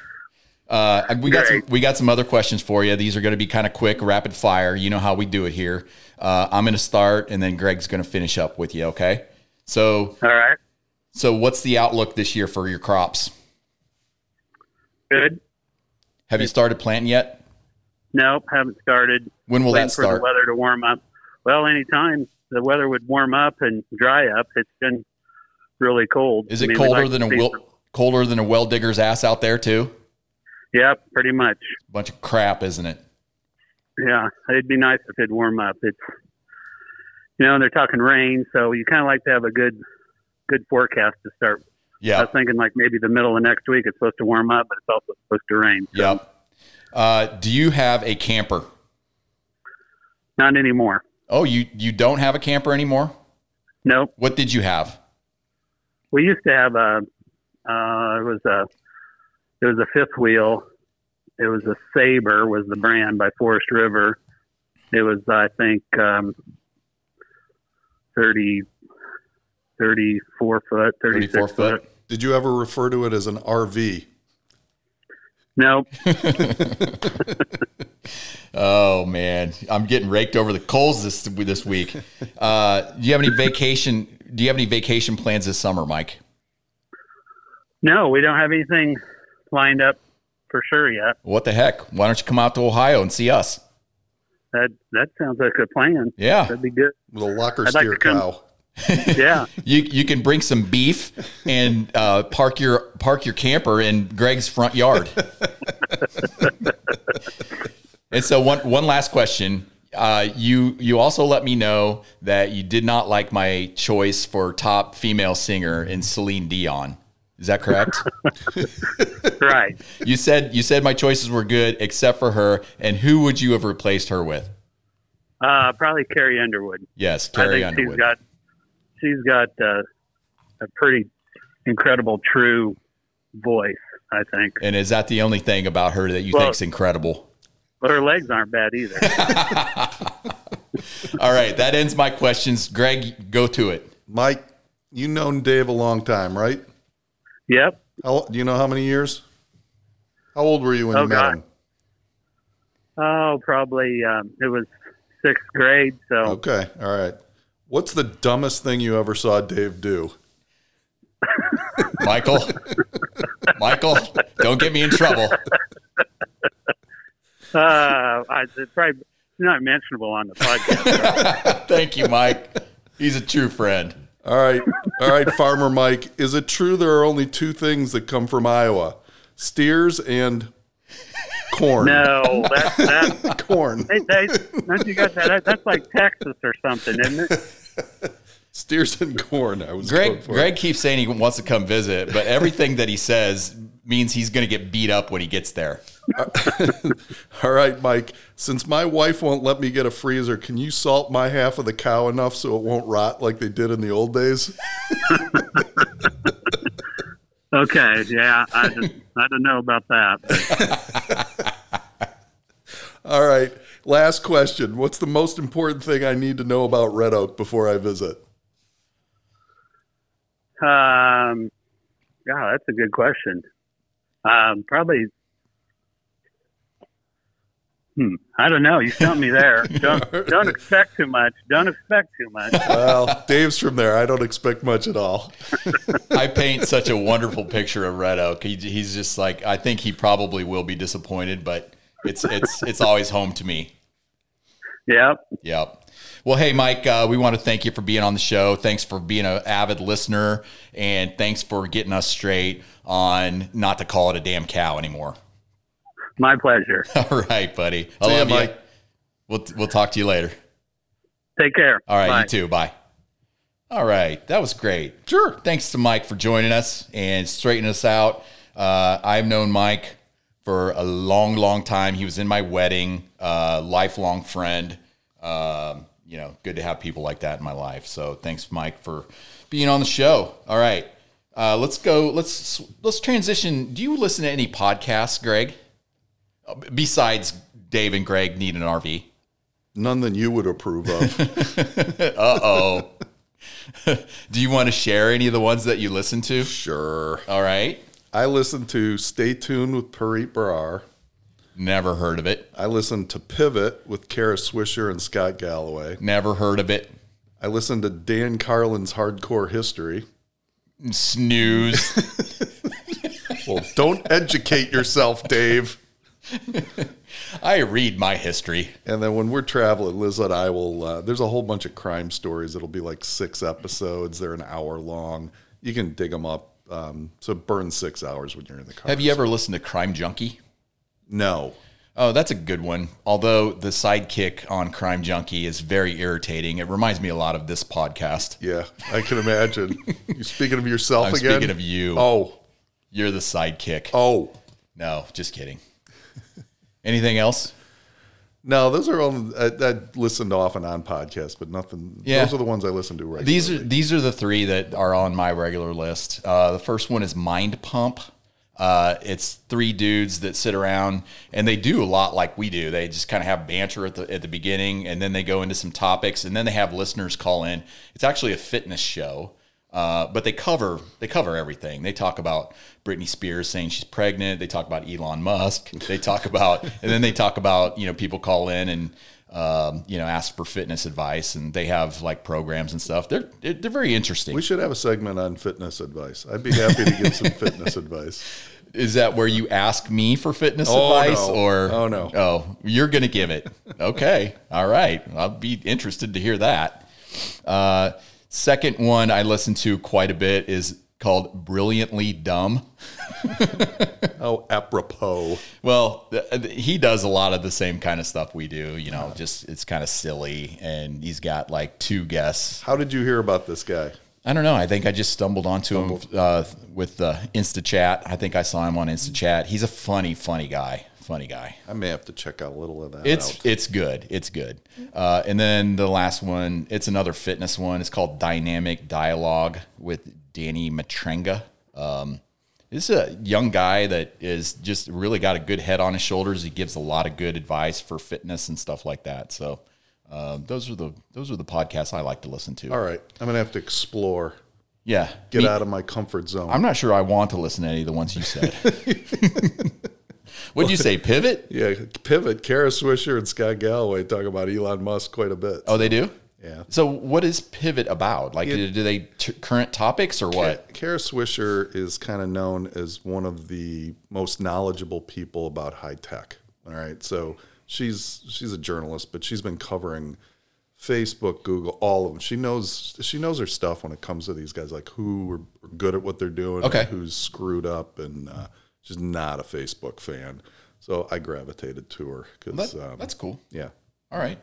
S1: Uh, we got some,
S3: Great.
S1: we got some other questions for you. These are going to be kind of quick, rapid fire. You know how we do it here. Uh, I'm going to start, and then Greg's going to finish up with you. Okay. So
S3: All right,
S1: So, what's the outlook this year for your crops?
S3: good.
S1: Have you started planting yet?
S3: Nope, haven't started.
S1: When will
S3: Waiting
S1: that
S3: for
S1: start?
S3: the weather to warm up. Well, anytime the weather would warm up and dry up, it's been really cold.
S1: Is
S3: I
S1: it
S3: mean, we'd
S1: colder
S3: like
S1: than
S3: to
S1: a
S3: see
S1: will,
S3: some-
S1: colder than a well digger's ass out there too?
S3: Yeah, pretty much.
S1: Bunch of crap, isn't it?
S3: Yeah, it'd be nice if it'd warm up. It's you know, and they're talking rain, so you kind of like to have a good good forecast to start. I
S1: Yeah.
S3: was thinking like maybe the middle of next week it's supposed to warm up, but it's also supposed to rain.
S1: Yep. Uh, do you have a camper?
S3: Not anymore.
S1: Oh, you you don't have a camper anymore.
S3: Nope.
S1: What did you have?
S3: We used to have a uh, it was a it was a fifth wheel. It was a Saber was the brand by Forest River. It was I think um, 30, 34 foot, 36
S1: Thirty-four
S3: foot.
S1: foot.
S2: Did you ever refer to it as an RV?
S3: Nope.
S1: Oh man, I'm getting raked over the coals this this week. Uh, do you have any vacation? Do you have any vacation plans this summer, Mike?
S3: No, we don't have anything lined up for sure yet.
S1: What the heck? Why don't you come out to Ohio and see us?
S3: That that sounds like a plan.
S1: Yeah.
S3: That'd be good.
S2: With a locker
S3: I'd like
S2: steer
S3: to come-
S2: cow.
S3: Yeah.
S1: You you can bring some beef and uh, park your park your camper in Greg's front yard. and so one one last question. Uh, you you also let me know that you did not like my choice for top female singer in Celine Dion. Is that correct?
S3: right.
S1: you said you said my choices were good except for her. And who would you have replaced her with?
S3: Uh, probably Carrie Underwood.
S1: Yes, Carrie
S3: I think
S1: Underwood.
S3: she's got she's got uh, a pretty incredible true voice. I think
S1: and is that the only thing about her that you
S3: Well-
S1: think's incredible?
S3: but her legs aren't bad either.
S1: All right, that ends my questions. Greg, go to it.
S2: Mike, you known Dave a long time, right?
S3: yep.
S2: How do you know how many years? How old were you when
S3: Oh,
S2: you met
S3: God.
S2: him?
S3: Oh, probably um, it was sixth grade. So
S2: Okay, all right. What's the dumbest thing you ever saw Dave do?
S1: Michael, Michael, don't get me in trouble.
S3: uh, I, it's probably it's not mentionable on the podcast.
S1: Thank you, Mike. He's a true friend.
S2: All right, all right, Farmer Mike. Is it true there are only two things that come from Iowa: steers and corn?
S3: no, that's that's
S2: Corn.
S3: Hey, hey, don't you got that? That's like Texas or something, isn't it?
S2: Steers and corn. I was going
S1: Greg,
S2: for.
S1: Greg keeps saying he wants to come visit, but everything that he says means he's going to get beat up when he gets there.
S2: All right, Mike. Since my wife won't let me get a freezer, can you salt my half of the cow enough so it won't rot like they did in the old days?
S3: Okay, yeah, I just I don't know about that.
S2: All right. Last question. What's the most important thing I need to know about Red Oak before I visit?
S3: Um, yeah, that's a good question. Um, probably Hmm, I don't know. You stumped me there. Don't don't expect too much. Don't expect too much.
S2: Well, Dave's from there. I don't expect much at all.
S1: I paint such a wonderful picture of Red Oak. He, he's just like I think he probably will be disappointed, but it's it's it's always home to me.
S3: Yep.
S1: Yep. Well, hey, Mike, uh, we want to thank you for being on the show. Thanks for being an avid listener, and thanks for getting us straight on not to call it a damn cow anymore.
S3: My pleasure.
S1: All right, buddy. I
S2: See ya,
S1: love you.
S2: Mike.
S1: We'll we'll talk to you later.
S3: Take care.
S1: All right,
S3: Bye.
S1: you too. Bye. All right, that was great.
S2: Sure.
S1: Thanks to Mike for joining us and straightening us out. Uh, I've known Mike for a long, long time. He was in my wedding, uh, lifelong friend. Um, you know, good to have people like that in my life. So thanks, Mike, for being on the show. All right, uh, let's go. Let's let's transition. Do you listen to any podcasts, Greg? Uh, b- Besides Dave and Greg need an RV.
S2: None that you would approve of.
S1: Uh oh. Do you want to share any of the ones that you listen to?
S2: sure.
S1: All right.
S2: I listen to Stay Tuned with Parit Brar.
S1: Never heard of it.
S2: I listen to Pivot with Kara Swisher and Scott Galloway.
S1: Never heard of it.
S2: I listen to Dan Carlin's Hardcore History.
S1: Snooze.
S2: Well, don't educate yourself, Dave.
S1: I read my history.
S2: And then when we're traveling, Liz and I will. Uh, there's a whole bunch of crime stories. It'll be like six episodes. They're an hour long. You can dig them up. Um, so burn six hours when you're in the car.
S1: Have you ever listened to Crime Junkie?
S2: No.
S1: Oh, that's a good one. Although the sidekick on Crime Junkie is very irritating. It reminds me a lot of this podcast.
S2: Yeah, I can imagine. you speaking of yourself
S1: I'm
S2: again.
S1: speaking of you.
S2: Oh,
S1: You're the sidekick.
S2: oh.
S1: No, just kidding. Anything else?
S2: No, those are all I, I listened off and on podcasts, but nothing.
S1: Yeah.
S2: Those are the ones I listen to right
S1: These are these are the three that are on my regular list. Uh, the first one is Mind Pump. Uh, it's three dudes that sit around and they do a lot like we do. They just kind of have banter at the at the beginning, and then they go into some topics, and then they have listeners call in. It's actually a fitness show, uh, but they cover they cover everything. They talk about Britney Spears saying she's pregnant. They talk about Elon Musk. They talk about and then they talk about you know people call in and um, you know ask for fitness advice, and they have like programs and stuff. They're they're, they're very interesting.
S2: We should have a segment on fitness advice. I'd be happy to give some fitness advice.
S1: Is that where you ask me for fitness
S2: Oh,
S1: advice,
S2: no.
S1: or
S2: Oh, no.
S1: Oh, you're gonna give it? Okay, all right. I'll be interested to hear that. Uh, second one I listen to quite a bit is called "Brilliantly Dumb."
S2: Oh, apropos.
S1: Well, th- th- he does a lot of the same kind of stuff we do. You know, just it's kind of silly, and he's got like two guests.
S2: How did you hear about this guy?
S1: I don't know. I think I just stumbled onto him uh, with uh, InstaChat. I think I saw him on InstaChat. He's a funny, funny guy. Funny guy.
S2: I may have to check out a little of that.
S1: It's
S2: out.
S1: it's good. It's good. Uh, and then the last one, it's another fitness one. It's called Dynamic Dialogue with Danny Matrenga. Um, this is a young guy that is just really got a good head on his shoulders. He gives a lot of good advice for fitness and stuff like that. So um, those are the those are the podcasts I like to listen to.
S2: all right. I'm gonna have to explore.
S1: Yeah,
S2: Get
S1: Me-
S2: out of my comfort zone.
S1: I'm not sure I want to listen to any of the ones you said. What'd you say? Pivot?
S2: yeah, pivot. Kara Swisher and Scott Galloway talk about Elon Musk quite a bit.
S1: Oh, they do.
S2: yeah.
S1: So, what is Pivot about? Like, do, do they t- current topics or what?
S2: Kara Swisher is kind of known as one of the most knowledgeable people about high tech. All right, so she's she's a journalist, but she's been covering Facebook, Google, all of them. She knows she knows her stuff when it comes to these guys, like who are good at what they're doing, and
S1: Okay.
S2: who's screwed up, and uh, she's not a Facebook fan. So I gravitated to her because
S1: That-
S2: um,
S1: that's cool.
S2: yeah,
S1: All right,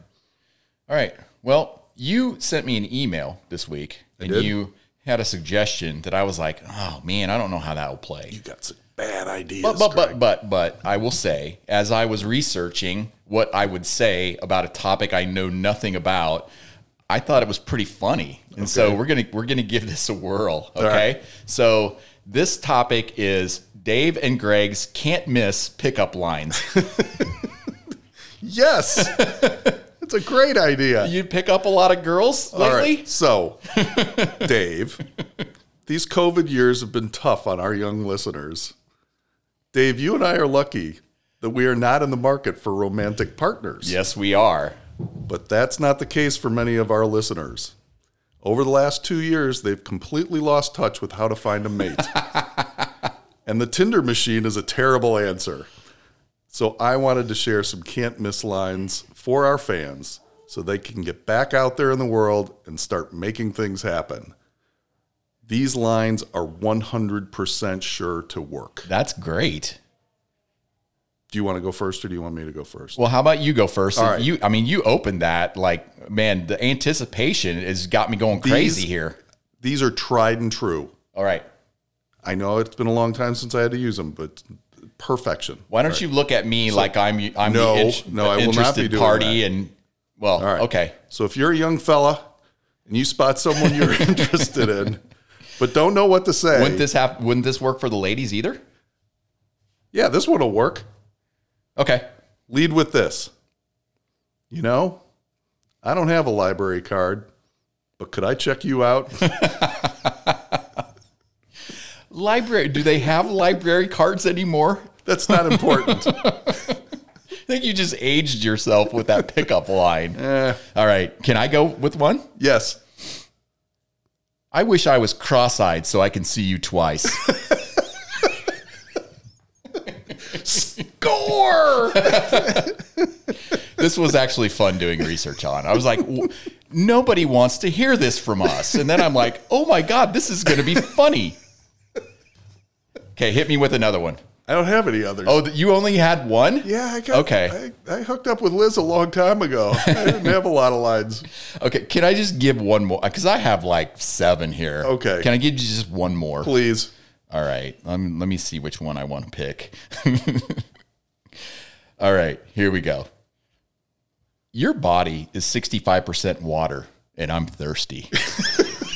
S1: all right. Well, you sent me an email this week, and
S2: did?
S1: you had a suggestion that I was like, "Oh man, I don't know how that will play."
S2: you got some bad ideas.
S1: but but
S2: Greg.
S1: but but but I will say, as I was researching what I would say about a topic I know nothing about, I thought it was pretty funny, and so we're gonna we're gonna give this a whirl. Okay, so this topic is Dave and Greg's can't miss pickup lines.
S2: yes, it's a great idea.
S1: you pick up a lot of girls lately.
S2: So, Dave, these COVID years have been tough on our young listeners. Dave, you and I are lucky that we are not in the market for romantic partners.
S1: Yes, we are.
S2: But that's not the case for many of our listeners. Over the last two years, they've completely lost touch with how to find a mate. and the Tinder machine is a terrible answer. So I wanted to share some can't miss lines for our fans so they can get back out there in the world and start making things happen. These lines are 100% sure to work.
S1: That's great.
S2: Do you want to go first or do you want me to go first?
S1: Well, how about you go first?
S2: All right.
S1: You, I mean, you opened that like, man, the anticipation has got me going crazy
S2: These-
S1: here.
S2: These are tried and true.
S1: All right.
S2: I know it's been a long time since I had to use them, but perfection.
S1: Why don't you look at me like I'm I'm
S2: No,
S1: the, int-
S2: no,
S1: the
S2: I will not be
S1: interested
S2: doing
S1: party
S2: that.
S1: and well,
S2: All right.
S1: okay.
S2: So if you're a young fella and you spot someone you're interested in, but don't know what to say,
S1: Wouldn't this happen? Wouldn't this work for the ladies either?
S2: yeah, this one will work.
S1: Okay.
S2: Lead with this. You know, I don't have a library card, but could I check you out?
S1: Library? Do they have library cards anymore?
S2: That's not important.
S1: I think you just aged yourself with that pickup line.
S2: Eh,
S1: All right. Can I go with one?
S2: yes.
S1: I wish I was cross-eyed so I can see you twice.
S2: Score.
S1: this was actually fun doing research on. I was like, w- nobody wants to hear this from us. And then I'm like, oh my God, this is going to be funny. Okay, hit me with another one.
S2: I don't have any others.
S1: Oh, th- you only had one?
S2: yeah, I got
S1: Okay.
S2: I, I hooked up with Liz a long time ago. I didn't have a lot of lines.
S1: Okay, can I just give one more? Because I have like seven here.
S2: Okay.
S1: Can I give you just one more?
S2: Please.
S1: All right. Um, let me see which one I want to pick. All right. Here we go. Your body is 65% water, and I'm thirsty.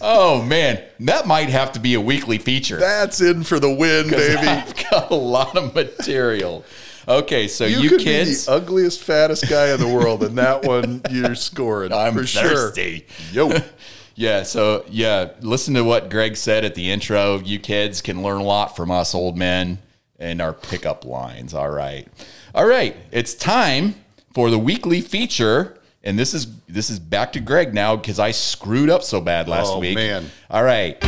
S1: oh, man. That might have to be a weekly feature.
S2: That's in for the win, baby.
S1: I've got a lot of material. Okay. So,
S2: You,
S1: you,
S2: could
S1: kids,
S2: be the ugliest, fattest guy in the world, and that one you're scoring
S1: I'm
S2: for
S1: thirsty.
S2: sure. Yo,
S1: Yeah, so yeah, listen to what Greg said at the intro. You kids can learn a lot from us old men and our pickup lines. All right. All right. It's time for the weekly feature. And this is this is back to Greg now because I screwed up so bad last
S2: Oh,
S1: week.
S2: man.
S1: All right.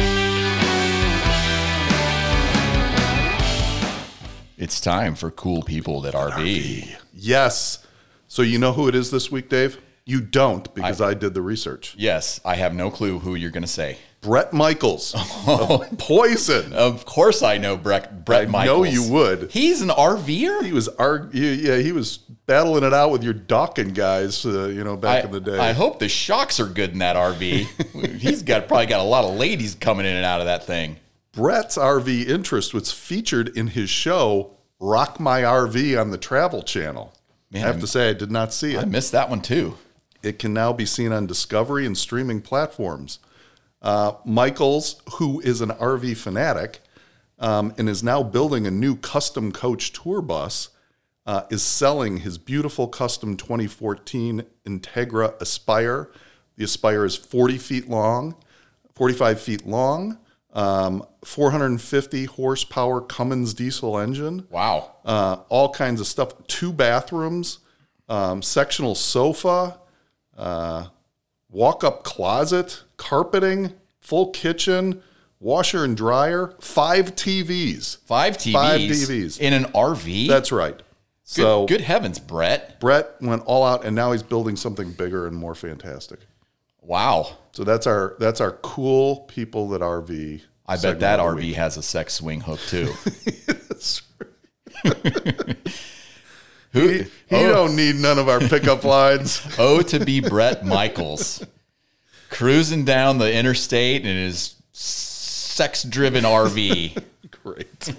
S1: It's time for cool people that RV.
S2: yes. So you know who it is this week, Dave? You don't because I, did the research.
S1: Yes, I have no clue who you're going to say.
S2: Brett Michaels, of Poison.
S1: Of course, I know Brett. Brett
S2: I
S1: Michaels.
S2: know you would.
S1: He's an RVer.
S2: He was arg- yeah, he was battling it out with your Dawkin guys, uh, you know, back
S1: I,
S2: in the day.
S1: I hope the shocks are good in that RV. He's got probably got a lot of ladies coming in and out of that thing.
S2: Brett's RV interest was featured in his show Rock My RV on the Travel Channel. I have to say, I did not see it.
S1: I missed that one too.
S2: It can now be seen on Discovery and streaming platforms. Uh, Michaels, who is an RV fanatic um, and is now building a new custom coach tour bus, uh, is selling his beautiful custom 2014 Integra Aspire. The Aspire is 40 feet long, 45 feet long, um, 450 horsepower Cummins diesel engine
S1: Wow.
S2: uh, all kinds of stuff. Two bathrooms, um, sectional sofa, uh, walk-up closet, carpeting, full kitchen, washer and dryer, five TVs.
S1: Five TVs.
S2: Five TVs.
S1: in an RV.
S2: That's right.
S1: good,
S2: so
S1: good heavens, Brett.
S2: Brett went all out, and now he's building something bigger and more fantastic.
S1: Wow.
S2: So that's our that's our cool people that RV.
S1: I bet
S2: segment
S1: that
S2: of the
S1: RV
S2: week.
S1: has a sex swing hook too. Who?
S2: He, he
S1: oh,
S2: don't need none of our pickup lines.
S1: oh, to be Brett Michaels, cruising down the interstate in his sex-driven RV.
S2: Great.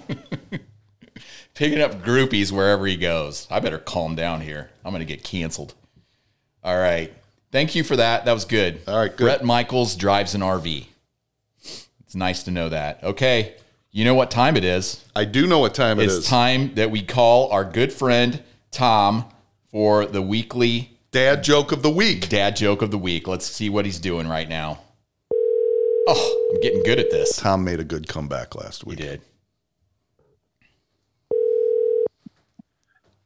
S1: picking up groupies wherever he goes. I better calm down here. I'm going to get canceled. All right. Thank you for that. That was good.
S2: All right, good.
S1: Brett Michaels drives an RV. It's nice to know that. Okay. You know what time it is?
S2: I do know what time it
S1: it's
S2: is.
S1: time that we call our good friend Tom for the weekly
S2: Dad joke of the week.
S1: dad joke of the week. Let's see what he's doing right now. Oh, I'm getting good at this.
S2: Tom made a good comeback last
S1: He
S2: week.
S1: did.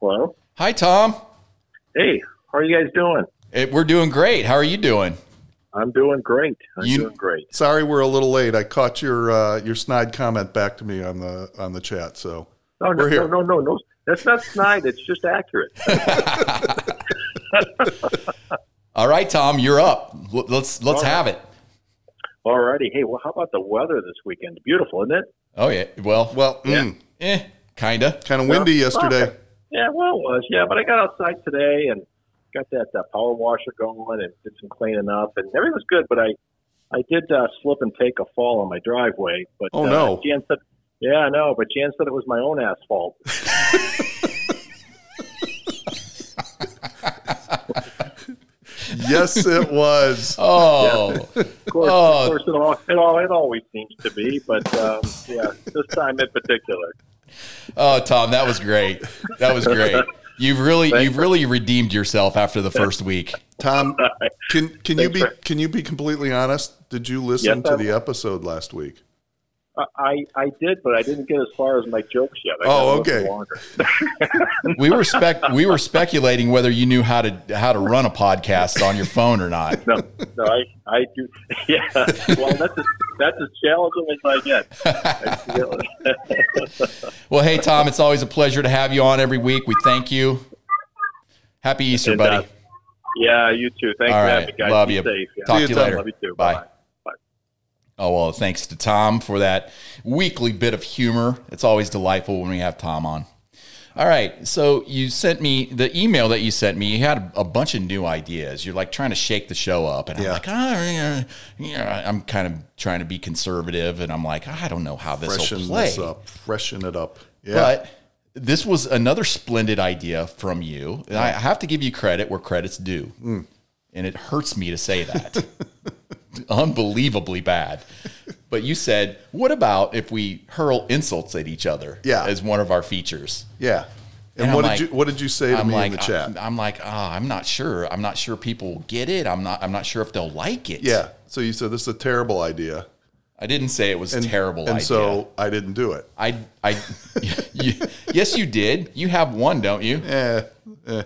S4: Hello.
S1: Hi, Tom.
S4: Hey, how are you guys doing?
S1: It, we're doing great. How are you doing?
S4: I'm doing great. I'm
S1: You-
S4: doing great.
S2: Sorry, we're a little late. I caught your uh, your snide comment back to me on the on the chat. So
S4: No, no,
S2: We're here.
S4: no, no, no, no. That's not snide. It's just accurate.
S1: All right, Tom, you're up. L- Let's let's
S4: All right.
S1: have it.
S4: Alrighty. Hey, well, how about the weather this weekend? Beautiful, isn't it?
S1: Oh yeah. Well,
S2: well,
S4: Yeah.
S1: eh, kinda.
S2: kind of windy yesterday.
S4: Yeah, well, it was. Yeah, but I got outside today and got that uh, power washer going and did some cleaning up and everything was good. But I, I did uh, slip and take a fall on my driveway. But
S2: Oh,
S4: uh,
S2: no.
S4: Jan said, "Yeah, I know," but Jan said it was my own asphalt.
S2: yes, it was.
S1: Oh,
S4: Of course,
S1: Oh.
S4: of course it, all, it all it always seems to be, but um, yeah, this time in particular.
S1: oh, Tom, that was great. That was great. You've really
S4: Thanks.
S1: you've really redeemed yourself after the first week.
S2: Tom, can can you
S4: Thanks
S2: be
S4: for-
S2: can you be completely honest? Did you listen
S4: Yes,
S2: to
S4: I-
S2: the episode last week?
S4: I- I, I did, but I didn't get as far as my jokes yet. I
S2: Oh,
S4: got a little
S2: okay.
S4: Longer.
S1: We were spec we were speculating whether you knew how to how to run a podcast on your phone or not.
S4: No, no, I, I do. Yeah. Well, that's as, that's as challenging as I get. I feel-
S1: Well, hey Tom, it's always a pleasure to have you on every week. We thank you. Happy Easter,
S4: And, uh,
S1: buddy.
S4: yeah, you too. Thanks
S1: All
S4: for
S1: right.
S4: having me, guys.
S1: Love
S4: Be
S1: you.
S4: safe. Yeah.
S1: Talk
S2: See
S1: to you
S2: Tom.
S1: later.
S4: Love you too.
S1: Bye.
S4: Bye. Bye.
S1: Oh well, thanks to Tom for that weekly bit of humor. It's always delightful when we have Tom on. All right, so you sent me the email that you sent me. You had a, a bunch of new ideas. You're like trying to shake the show up, and
S2: Yeah.
S1: I'm like, ah, yeah, yeah. I'm kind of trying to be conservative, and I'm like, I don't know how this will
S2: Freshen
S1: play.
S2: this up. Freshen it up. Yeah.
S1: But this was another splendid idea from you. And I have to give you credit where credit's due.
S2: Hmm.
S1: And it hurts me to say that. Unbelievably bad. But you said, what about if we hurl insults at each other
S2: Yeah.
S1: as one of our features?
S2: yeah. And,
S1: And I'm
S2: what did
S1: like-
S2: you what did you say to
S1: I'm
S2: me
S1: like,
S2: in the chat?
S1: I, am like, ah, I'm not sure. I'm not sure people will get it. I'm not. I'm not sure if they'll like it.
S2: yeah. So you said this is a terrible idea.
S1: I didn't say it was a terrible.
S2: And
S1: idea.
S2: so I didn't do it.
S1: I, I, you- yes, you did. You have one, don't you?
S2: Eh, eh.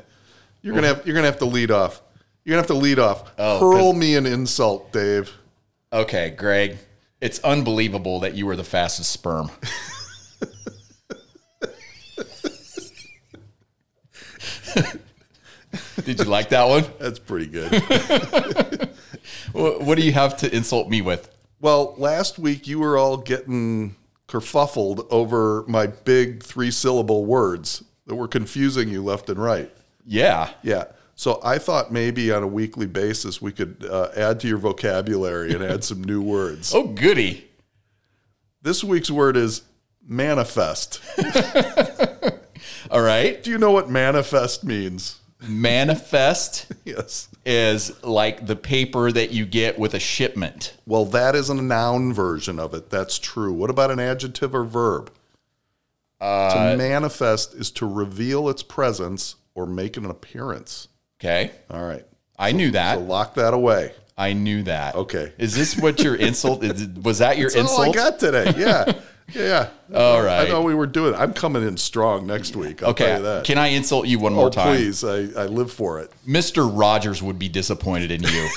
S2: You're gonna have you're gonna have to lead off. You're gonna have to lead off.
S1: Oh,
S2: Hurl me an insult, Dave.
S1: Okay, Greg, it's unbelievable that you were the fastest sperm. Did you like that one?
S2: That's pretty good.
S1: Wha- What do you have to insult me with?
S2: well, last week you were all getting kerfuffled over my big three syllable words that were confusing you left and right.
S1: Yeah.
S2: Yeah. So I thought maybe on a weekly basis we could uh, add to your vocabulary and add some new words.
S1: Oh, goody.
S2: This week's word is manifest.
S1: All right.
S2: Do you know what manifest means?
S1: Manifest
S2: Yes.
S1: is like the paper that you get with a shipment.
S2: Well, that is a noun version of it. That's true. What about an adjective or verb?
S1: Uh,
S2: to manifest is to reveal its presence or make an appearance.
S1: Okay.
S2: All right.
S1: I knew that.
S2: So lock that away.
S1: I knew that.
S2: Okay.
S1: Is this what your insult is? Was that your
S2: That's all I
S1: insult?
S2: got today. Yeah. Yeah. yeah.
S1: All
S2: I
S1: right.
S2: thought we were doing. I'm coming in strong next week. I'll tell you
S1: Okay.
S2: that.
S1: Can I insult you one more
S2: oh,
S1: time?
S2: please. I, I live for it.
S1: Mr. Rogers would be disappointed in you.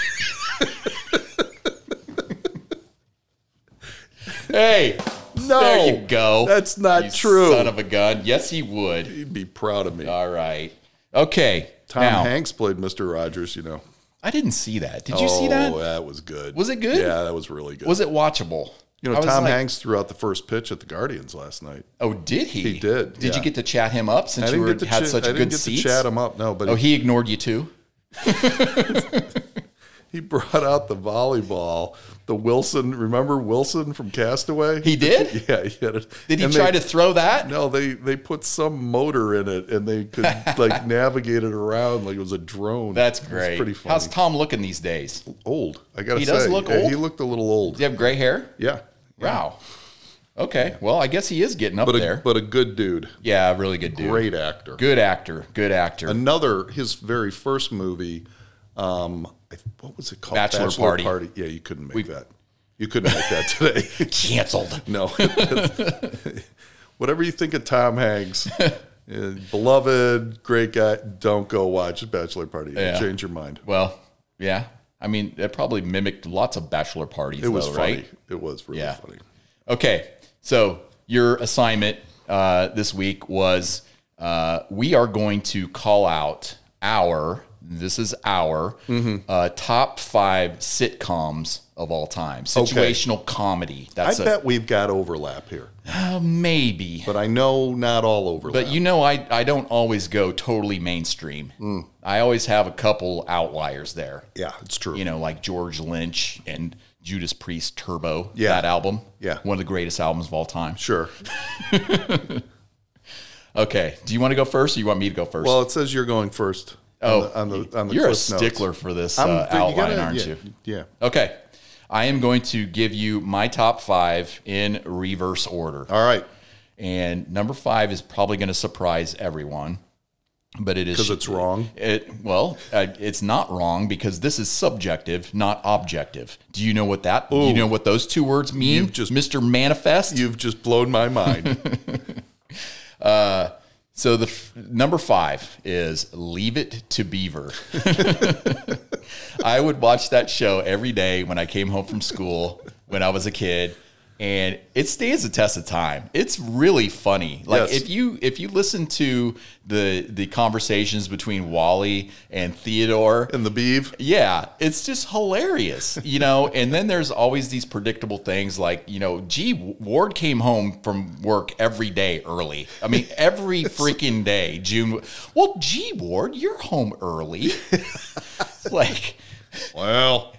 S1: hey,
S2: No.
S1: there you go.
S2: That's not
S1: You
S2: true.
S1: Son of a gun. Yes, he would.
S2: He'd be proud of me.
S1: All right. Okay.
S2: Tom
S1: now,
S2: Hanks played Mr. Rogers, you know.
S1: I didn't see that. Did you see
S2: Oh,
S1: that?
S2: that was good.
S1: Was it good?
S2: Yeah, that was really good.
S1: Was it watchable?
S2: You
S1: I
S2: know,
S1: was
S2: Tom
S1: like,
S2: Hanks threw out the first pitch at the Guardians last night.
S1: Oh, did he?
S2: He did,
S1: Did
S2: yeah.
S1: you get to chat him up since
S2: I
S1: you
S2: didn't
S1: were,
S2: get to
S1: had
S2: chat,
S1: such
S2: I
S1: good
S2: didn't get
S1: seats?
S2: to chat him up. No, but
S1: oh,
S2: he,
S1: he ignored you too.
S2: he brought out the volleyball, the Wilson. Remember Wilson from Castaway?
S1: He did.
S2: yeah, he had it.
S1: Did he
S2: and
S1: try
S2: they-
S1: to throw that?
S2: No, they they put some motor in it and they could like navigate it around like it was a drone.
S1: That's
S2: It was
S1: great.
S2: pretty funny.
S1: How's Tom looking these days? Do
S2: old? I gotta
S1: He
S2: say,
S1: does look
S2: yeah, He
S1: old?
S2: looked a little old.
S1: you have gray hair?
S2: Yeah,
S1: Wow. Okay. Well, I guess he is getting up
S2: but
S1: there.
S2: a, but a good dude,
S1: yeah, really good dude.
S2: great actor.
S1: Good actor. Good actor.
S2: Another his very first movie. Um, I, what was it called?
S1: Bachelor Party.
S2: Yeah, you couldn't make that. You couldn't make that today.
S1: Canceled.
S2: No. Whatever you think of Tom Hanks, eh, beloved, great guy, don't go watch Bachelor Party. You'll
S1: Yeah.
S2: Change your mind.
S1: Well, yeah. I mean, it probably mimicked lots of bachelor parties.
S2: It was
S1: though,
S2: funny.
S1: right?
S2: It was really
S1: Yeah.
S2: funny.
S1: Okay, so your assignment uh, this week was uh, we are going to call out our this is our
S2: Mm-hmm.
S1: uh, top five sitcoms of all time situational comedy.
S2: I
S1: That's a,
S2: bet we've got overlap here,
S1: uh, maybe,
S2: but I know not all overlap.
S1: but you know I I don't always go totally mainstream. I always have a couple outliers there.
S2: yeah, it's true.
S1: You know, like George Lynch and Judas Priest Turbo.
S2: Yeah.
S1: that album.
S2: Yeah.
S1: one of the greatest albums of all time.
S2: Sure.
S1: Okay. Do you want to go first, or you want me to go first?
S2: Well, it says you're going first.
S1: oh,
S2: on the on the, on the
S1: you're a
S2: Cliff Notes.
S1: stickler for this
S2: I'm-
S1: uh,
S2: you
S1: outline,
S2: gotta-
S1: aren't
S2: yeah,
S1: you?
S2: Yeah.
S1: Okay. I am going to give you my top five in reverse order,
S2: All right.
S1: and number five is probably going to surprise everyone, but it is
S2: Because it's wrong.
S1: It well, uh, it's not wrong because this is subjective, not objective. Do you know what that? Do you know what those two words mean?
S2: You've just-
S1: Mr. Manifest.
S2: You've just blown my mind.
S1: So the f- number five is Leave It to Beaver. I would watch that show every day when I came home from school when I was a kid, and it stands the test of time. It's really funny. Like
S2: Yes.
S1: if you if you listen to the the conversations between Wally and Theodore,
S2: and the beeve.
S1: yeah, it's just hilarious, you know. and then there's always these predictable things like, you know, gee, Ward came home from work every day early. I mean, every freaking day. June, well, gee, Ward, you're home early. like,
S2: Well,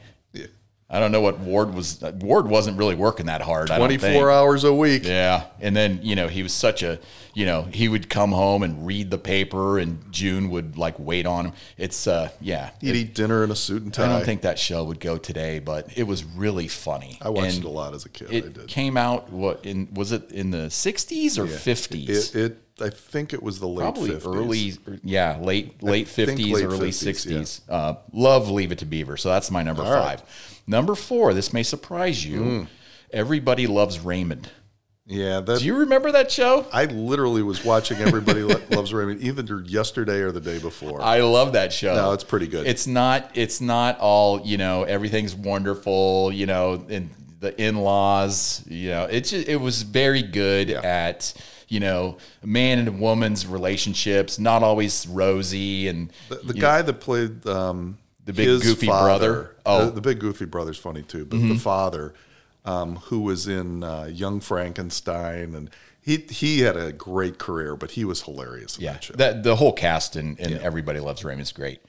S1: I don't know what Ward was. Ward wasn't really working that hard. I don't think.
S2: 24 hours a week.
S1: Yeah. And then, you know, he was such a, you know, he would come home and read the paper and June would like wait on him. It's, uh, yeah.
S2: He'd eat dinner in a suit and tie.
S1: I don't think that show would go today, but it was really funny.
S2: I watched
S1: And
S2: it a lot as a kid. I
S1: It
S2: did.
S1: came out what in was it in the sixties or fifties?
S2: It, it, I think it was the late
S1: Probably
S2: 50s.
S1: early, yeah, late late
S2: think
S1: fifties,
S2: late
S1: early
S2: 50s, yeah.
S1: sixties. Uh, love Leave It to Beaver. So that's my number
S2: right. Mm.
S1: five. Number four. This may surprise you. Everybody loves Raymond.
S2: Yeah, that
S1: Do you remember that show?
S2: I literally was watching Everybody Lo- Loves Raymond either yesterday or the day before.
S1: I love that show.
S2: no, it's pretty good.
S1: it's not it's not all you know everything's wonderful you know and the in-laws you know it just, it was very good
S2: Yeah.
S1: at you know man and woman's relationships not always rosy and
S2: the the guy that played um,
S1: The big goofy brother?
S2: Oh,
S1: Oh. Mm-hmm.
S2: the, the big goofy brother's funny too, but the father um, who was in uh, Young Frankenstein and he he had a great career, but he was hilarious in
S1: yeah
S2: that show.
S1: that the whole cast and, and everybody loves Raymond's great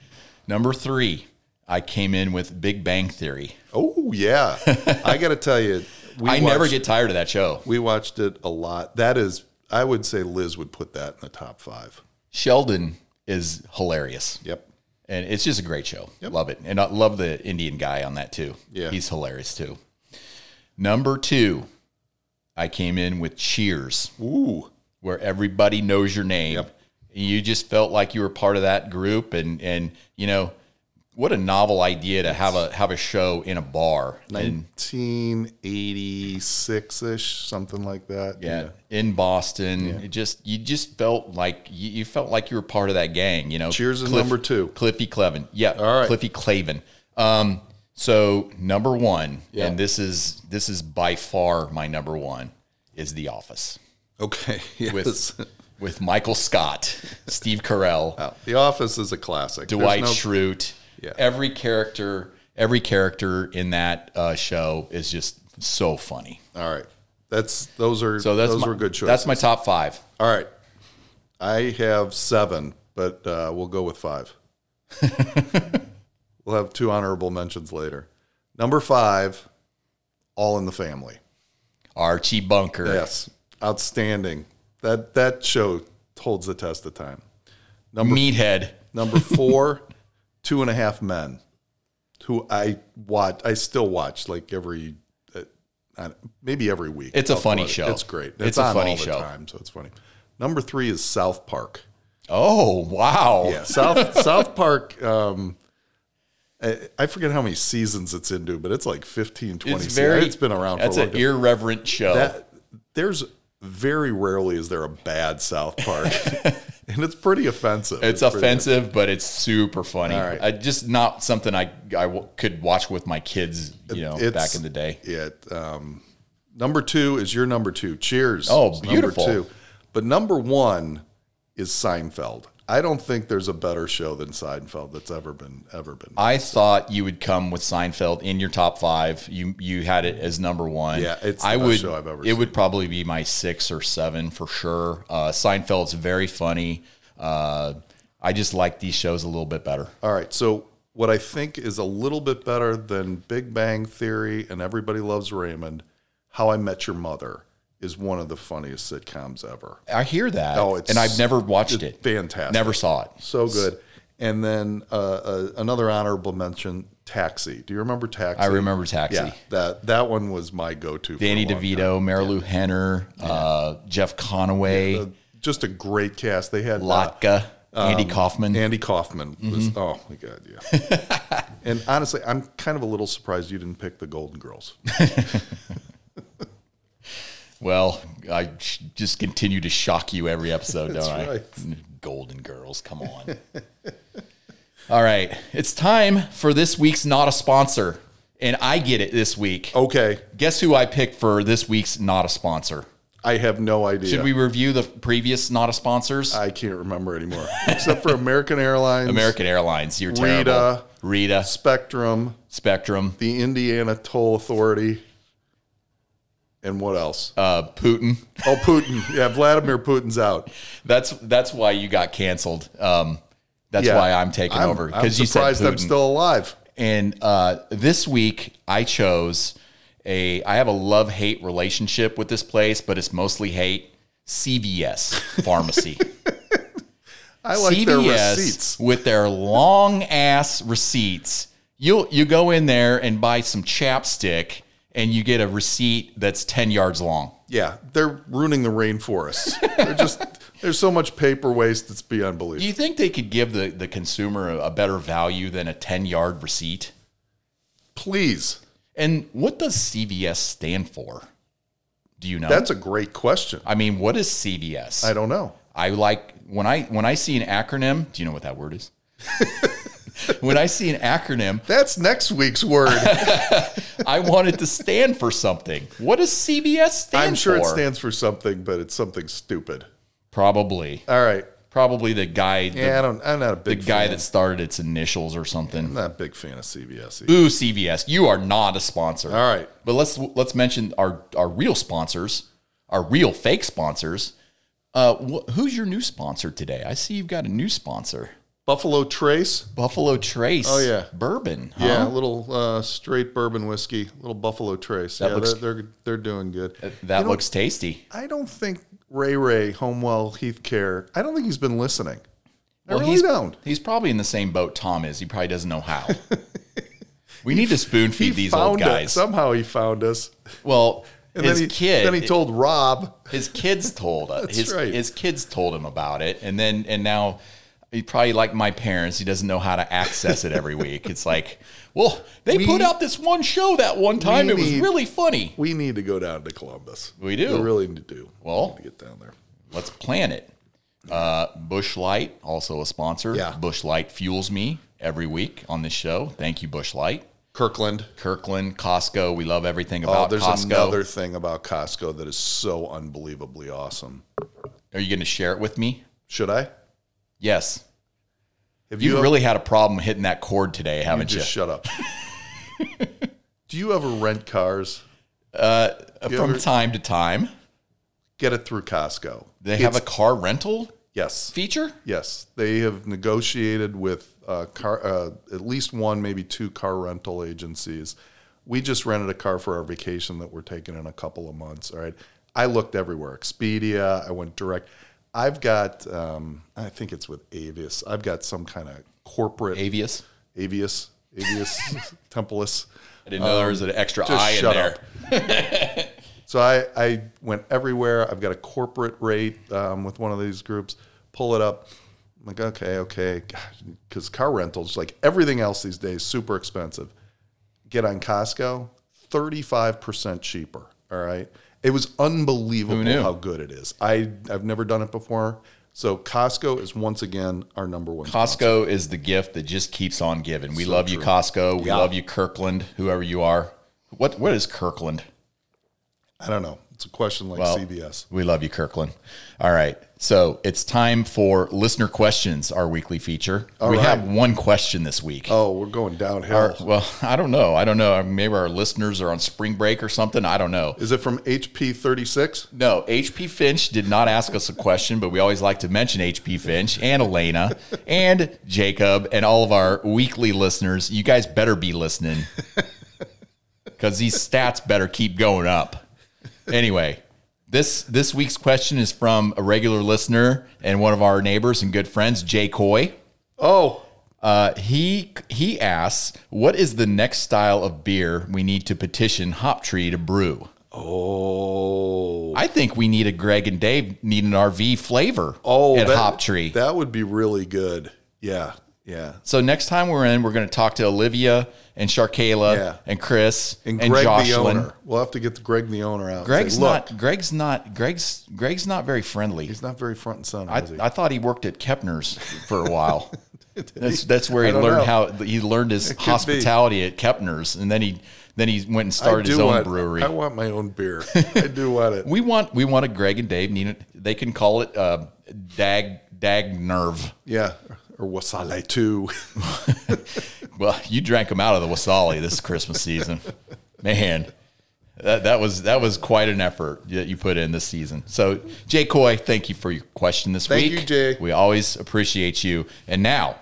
S1: number 3 I came in with Big Bang Theory
S2: oh yeah, I got to tell you, we
S1: I never
S2: watched-
S1: get tired of that show
S2: we watched it a lot. That is, I would say Liz would put that in the top five.
S1: Sheldon is hilarious
S2: Yep.
S1: and it's just a great show. Love it, and I love the Indian guy on that too.
S2: Yeah.
S1: he's hilarious too. Number two, I came in with Cheers,
S2: Ooh,
S1: where everybody knows your name. You just felt like you were part of that group, and and you know what a novel idea to have a have a show in a bar and
S2: 1986 ish, something like that.
S1: yeah, in Boston. It just you just felt like you, you felt like you were part of that gang. You know,
S2: Cheers is number two.
S1: Cliffy Clevin. Yeah,
S2: All right.
S1: Cliffy Clavin. Um, so number one,
S2: Yeah.
S1: and this is this is by far my number one is The Office
S2: Okay. Yes.
S1: with with Michael Scott, Steve Carell,
S2: Wow. Oh. The Office is a classic. Uh, There's
S1: Dwight
S2: no-
S1: Schrute.
S2: Yeah.
S1: Every character, every character in that uh, show is just so funny.
S2: All right. That's those are
S1: So that's
S2: those
S1: my,
S2: were good choices.
S1: That's my top five.
S2: All right. I have seven, but uh, we'll go with five. we'll have two honorable mentions later. Number five, All in the Family.
S1: Archie Bunker.
S2: Yes, outstanding. That that show holds the test of time.
S1: Meathead.
S2: Number four, Two and a Half Men, who I watch. I still watch like every, uh, I don't- maybe every week.
S1: It's a
S2: I'll
S1: funny
S2: watch it.
S1: show.
S2: It's great. It's,
S1: It's a
S2: on
S1: funny
S2: all the
S1: show.
S2: time, so it's funny. Number three is South Park.
S1: Oh wow!
S2: Yeah, South South Park. Um, I, I forget how many seasons it's into, but it's like 15, 20
S1: It's very-
S2: seasons. It's been around
S1: That's
S2: for a
S1: an
S2: long time.
S1: irreverent show.
S2: That, there's very rarely is there a bad South Park, and it's pretty offensive.
S1: it's
S2: pretty-
S1: offensive, but it's super funny.
S2: All right.
S1: I, just not something I I w- could watch with my kids. You know,
S2: It's-
S1: back in the day.
S2: It um, number two is your number two. Cheers.
S1: Oh,
S2: is
S1: beautiful.
S2: But number one is Seinfeld. I don't think there's a better show than Seinfeld that's ever been ever been.
S1: I thought you would come with Seinfeld in your top five. You you had it as number one.
S2: Yeah, it's the
S1: I
S2: best
S1: would.
S2: show I've ever
S1: it would probably be my six or seven for sure. Uh, Seinfeld's very funny. Uh, I just like these shows a little bit better.
S2: All right. So what I think is a little bit better than Big Bang Theory and Everybody Loves Raymond, How I Met Your Mother is one of the funniest sitcoms ever.
S1: I hear that.
S2: Oh, it's-
S1: and I've never watched
S2: it's
S1: it.
S2: fantastic.
S1: Never saw it.
S2: So good. And then uh, uh, another honorable mention, Taxi. Do you remember Taxi?
S1: I remember Taxi.
S2: Yeah, that that one was my go-to. for
S1: Danny
S2: a long time.
S1: DeVito, Marilou Henner, uh, Jeff Conaway,
S2: Uh, just a great cast. They had uh,
S1: Lotka, Andy Kaufman.
S2: Andy Kaufman was
S1: Mm-hmm.
S2: oh my god, yeah. and honestly, I'm kind of a little surprised you didn't pick the Golden Girls.
S1: well, I sh- just continue to shock you every episode, don't I?
S2: right.
S1: Golden Girls, come on. All right, it's time for this week's not a sponsor, and I get it this week.
S2: Okay,
S1: Guess who I picked for this week's not a sponsor?
S2: I have no idea.
S1: Should we review the previous not a sponsors?
S2: I can't remember anymore, except for American Airlines,
S1: American Airlines, you're
S2: Rita.
S1: terrible. Rita,
S2: Spectrum,
S1: Spectrum,
S2: the Indiana Toll Authority, and what else?
S1: uh, Putin.
S2: oh, Putin. Yeah, Vladimir Putin's out.
S1: That's that's why you got canceled. Um, that's
S2: Yeah.
S1: why I'm taking
S2: I'm-
S1: over
S2: I'm
S1: because you said
S2: surprised
S1: Putin.
S2: I'm still alive.
S1: and uh, this week I chose a. I have a love hate relationship with this place, but it's mostly hate. CVS pharmacy.
S2: I like their receipts.
S1: with their long ass receipts. You you go in there and buy some chapstick, and you get a receipt that's ten yards long.
S2: Yeah, they're ruining the rainforest. they're just there's so much paper waste. It's beyond belief.
S1: Do you think they could give the, the consumer a, a better value than a ten yard receipt?
S2: Please,
S1: And what does CVS stand for? Do you know?
S2: that's a great question.
S1: I mean, what is CVS?
S2: I don't know.
S1: I like when I when I see an acronym. Do you know what that word is? when I see an acronym,
S2: That's next week's word.
S1: I want it to stand for something. What does CVS stand
S2: I'm sure
S1: for?
S2: it stands for something, but it's something stupid.
S1: probably,
S2: All right.
S1: probably the guy, the,
S2: Yeah, I don't. I'm not a
S1: the
S2: big
S1: guy
S2: fan.
S1: that started its initials or something.
S2: I'm not a big fan of CBS. either.
S1: Ooh, CVS, you are not a sponsor.
S2: All right.
S1: But let's let's mention our our real sponsors, our real fake sponsors. Uh, wh- who's your new sponsor today? I see you've got a new sponsor,
S2: Buffalo Trace.
S1: Buffalo Trace.
S2: Oh, yeah.
S1: bourbon. huh?
S2: Yeah, a little uh, straight bourbon whiskey, little Buffalo Trace. yeah,
S1: looks-
S2: they're, they're they're doing good.
S1: that
S2: You know,
S1: looks tasty.
S2: I don't think Ray Ray Homewell Heathcare. I don't think he's been listening. I really
S1: he's
S2: don't.
S1: He's probably in the same boat Tom is. He probably doesn't know how. we need to spoon
S2: He
S1: feed these
S2: found
S1: old guys.
S2: Us. Somehow he found us.
S1: Well,
S2: And
S1: his
S2: then he,
S1: kid.
S2: Then he told Rob.
S1: his kids told us.
S2: That's
S1: his,
S2: right.
S1: his kids told him about it, and then and now he probably like my parents. He doesn't know how to access it every week. It's like, well, they
S2: We-
S1: put out this one show that one time.
S2: we
S1: It was
S2: need-
S1: really funny.
S2: We need to go down to Columbus.
S1: We do.
S2: We really need to do.
S1: Well-
S2: we need to get down there.
S1: Let's plan it. Uh, Bush Light, also a sponsor.
S2: Yeah.
S1: Bush Light fuels me every week on this show. Thank you, Bush Light.
S2: Kirkland.
S1: Kirkland, Costco. We love everything
S2: Oh,
S1: about
S2: there's
S1: Costco.
S2: another thing about Costco that is so unbelievably awesome.
S1: Are you going to share it with me?
S2: Should I?
S1: Yes.
S2: Have
S1: You've really had a problem hitting that cord today,
S2: you
S1: haven't you?
S2: just shut up. do you ever rent cars?
S1: Uh,
S2: you
S1: From
S2: ever-
S1: time to time,
S2: Get it through Costco.
S1: they have a car rental
S2: yes.
S1: feature.
S2: Yes, they have negotiated with uh, car, uh, at least one, maybe two car rental agencies. We just rented a car for our vacation that we're taking in a couple of months. All right, I looked everywhere, Expedia. I went direct. I've got, um, I think it's with Avius. I've got some kind of corporate
S1: Avius.
S2: Avius, Avius Templus.
S1: I didn't know there was an extra
S2: Um, just
S1: I in
S2: shut
S1: there.
S2: up. So I, I went everywhere. I've got a corporate rate um, with one of these groups. Pull it up. I'm like, okay, okay, because car rentals, like everything else these days, super expensive. Get on Costco, thirty five percent cheaper. All right, it was unbelievable
S1: Who knew?
S2: how good it is. I I've never done it before, so Costco is once again our number one. sponsor.
S1: Costco is the gift that just keeps on giving. We love you, Costco. We
S2: Yeah.
S1: love you, Kirkland, whoever you are. What what is Kirkland?
S2: I don't know. It's a question like
S1: Well,
S2: CBS.
S1: We love you, Kirkland. All right. So it's time for listener questions, our weekly feature. we
S2: right.
S1: have one question this week.
S2: Oh, we're going downhill.
S1: Our- well, I don't know. I don't know. Maybe our listeners are on spring break or something. I don't know.
S2: Is it from HP thirty six?
S1: No, HP Finch did not ask us a question, but we always like to mention HP Finch and Elena and Jacob and all of our weekly listeners. You guys better be listening because these stats better keep going up. Anyway, this this week's question is from a regular listener and one of our neighbors and good friends, Jay Coy.
S2: Oh,
S1: Uh, he he asks, "What is the next style of beer we need to petition Hop Tree to brew?"
S2: oh,
S1: I think we need a Greg and Dave need an RV flavor
S2: oh!
S1: at
S2: that-
S1: Hop Tree.
S2: That would be really good. Yeah, yeah.
S1: so next time we're in, we're going to talk to Olivia and Sharkayla
S2: Yeah.
S1: and Chris
S2: And, Greg the
S1: Jocelyn.
S2: owner. We'll have to get the Greg the owner out. and say,
S1: Greg's
S2: "Look,
S1: not. Greg's not. Greg's Greg's not very friendly.
S2: He's not very front and center.
S1: I,
S2: is he?
S1: I thought he worked at Kepner's for a while. that's, that's where he
S2: I don't
S1: learned
S2: know.
S1: how he learned his
S2: could be.
S1: hospitality at Kepner's, and then he then he went and
S2: I
S1: started
S2: do
S1: his own
S2: want,
S1: brewery.
S2: I want my own beer. I do want it.
S1: we want we want a Greg and Dave. Need they can call it uh, Dag Dag Nerve.
S2: Yeah, or Wasale too.
S1: Well, you drank them out of the wasali this Christmas season, man. That, that was that was quite an effort that you put in this season. So, Jay Coy, thank you for your question this
S2: Thank
S1: week.
S2: you, Jay.
S1: We always appreciate you. And now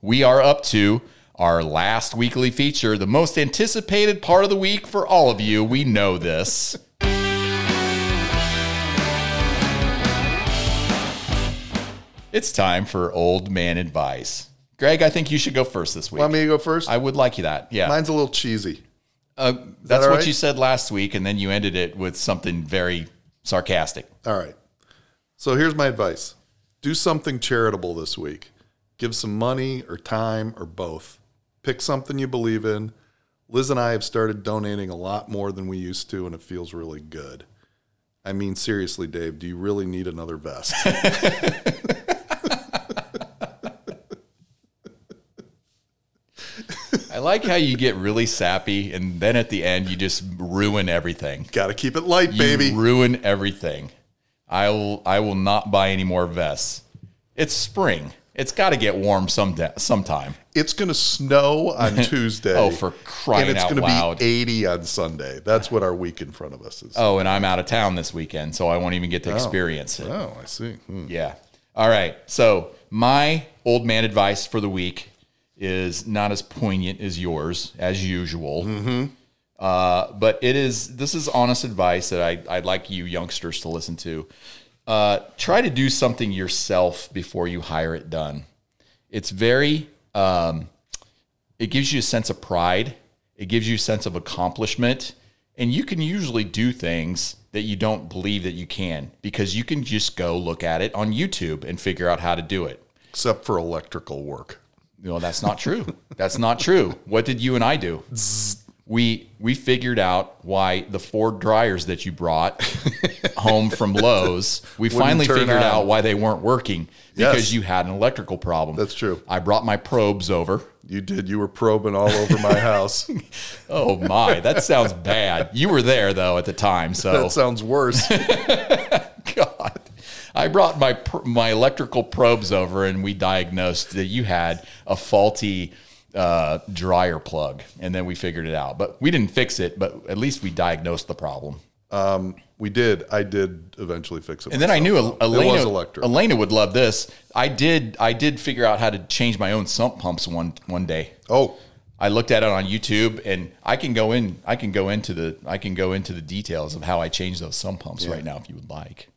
S1: we are up to our last weekly feature, the most anticipated part of the week for all of you. We know this. it's time for old man advice. Greg, I think you should go first this week.
S2: Want me to go first?
S1: I would like you that. Yeah.
S2: Mine's a little cheesy.
S1: Uh, that's
S2: all
S1: what
S2: right?
S1: you said last week, and then you ended it with something very sarcastic.
S2: All right. So here's my advice: do something charitable this week. Give some money or time or both. Pick something you believe in. Liz and I have started donating a lot more than we used to, and it feels really good. I mean, seriously, Dave, do you really need another vest?
S1: I like how you get really sappy, and then at the end, you just ruin everything.
S2: Got to keep it light, baby.
S1: You ruin everything. I will. I will not buy any more vests. It's spring. It's got to get warm some sometime.
S2: it's going to snow on Tuesday.
S1: Oh, for crying
S2: And it's
S1: out
S2: gonna
S1: loud.
S2: be 80 on Sunday. That's what our week in front of us is. Oh,
S1: Oh, and I'm out of town this weekend, so I won't even get to experience it.
S2: I see. Hmm.
S1: Mm. Yeah. All right. So my old man advice for the week is not as poignant as yours, as usual. Uh, but it is. This is honest advice that I, I'd like you youngsters to listen to. Uh, try to do something yourself before you hire it done. It's very. Um, it gives you a sense of pride. It gives you a sense of accomplishment. And you can usually do things that you don't believe that you can because you can just go look at it on YouTube and figure out how to do it.
S2: Except for electrical work.
S1: No, that's not true. that's not true. What did you and I do? We we figured out why the four dryers that you brought home from Lowe's, we finally
S2: turn
S1: figured
S2: on.
S1: out why they weren't working because
S2: Yes.
S1: you had an electrical problem.
S2: That's true.
S1: I brought my probes over.
S2: You did. You were probing all over my house.
S1: Oh my, that sounds bad. You were there though at the time, so
S2: That sounds worse.
S1: God, I brought my pr- my electrical probes over, and we diagnosed that you had a faulty uh, dryer plug, and then we figured it out. But we didn't fix it, but at least we diagnosed the problem.
S2: Um, we did. I did eventually fix it.
S1: And then I knew El- Elena,
S2: was electric.
S1: Elena would love this. I did. I did figure out how to change my own sump pumps one one day.
S2: oh,
S1: I looked at it on YouTube, and I can go in. I can go into the. I can go into the details of how I changed those sump pumps right now, if you would like.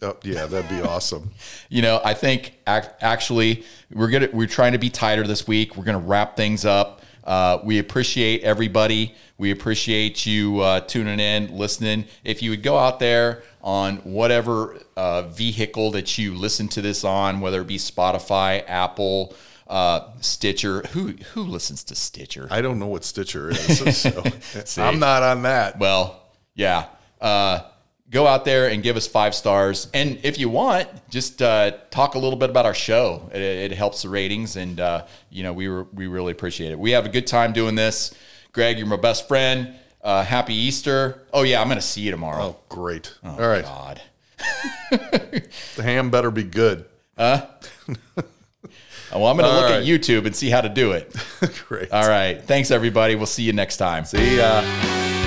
S2: oh, yeah, that'd be awesome.
S1: You know, I think ac- actually we're gonna we're trying to be tighter this week. We're gonna wrap things up. Uh, we appreciate everybody. We appreciate you uh, tuning in, listening. If you would go out there on whatever uh, vehicle that you listen to this on, whether it be Spotify, Apple, uh, Stitcher, who who listens to Stitcher?
S2: I don't know what Stitcher is, so I'm not on that.
S1: Well, yeah. Uh, go out there and give us five stars. And if you want, just uh, talk a little bit about our show. It, it helps the ratings, and uh, you know we were, we really appreciate it. We have a good time doing this. Greg, you're my best friend. Uh, happy Easter! Oh yeah, I'm gonna see you tomorrow. Oh,
S2: Oh, great. All right.
S1: God,
S2: The ham better be good.
S1: Oh, well I'm gonna
S2: All
S1: look at
S2: right.
S1: YouTube and see how to do it.
S2: great.
S1: All right, thanks everybody. We'll see you next time.
S2: See ya.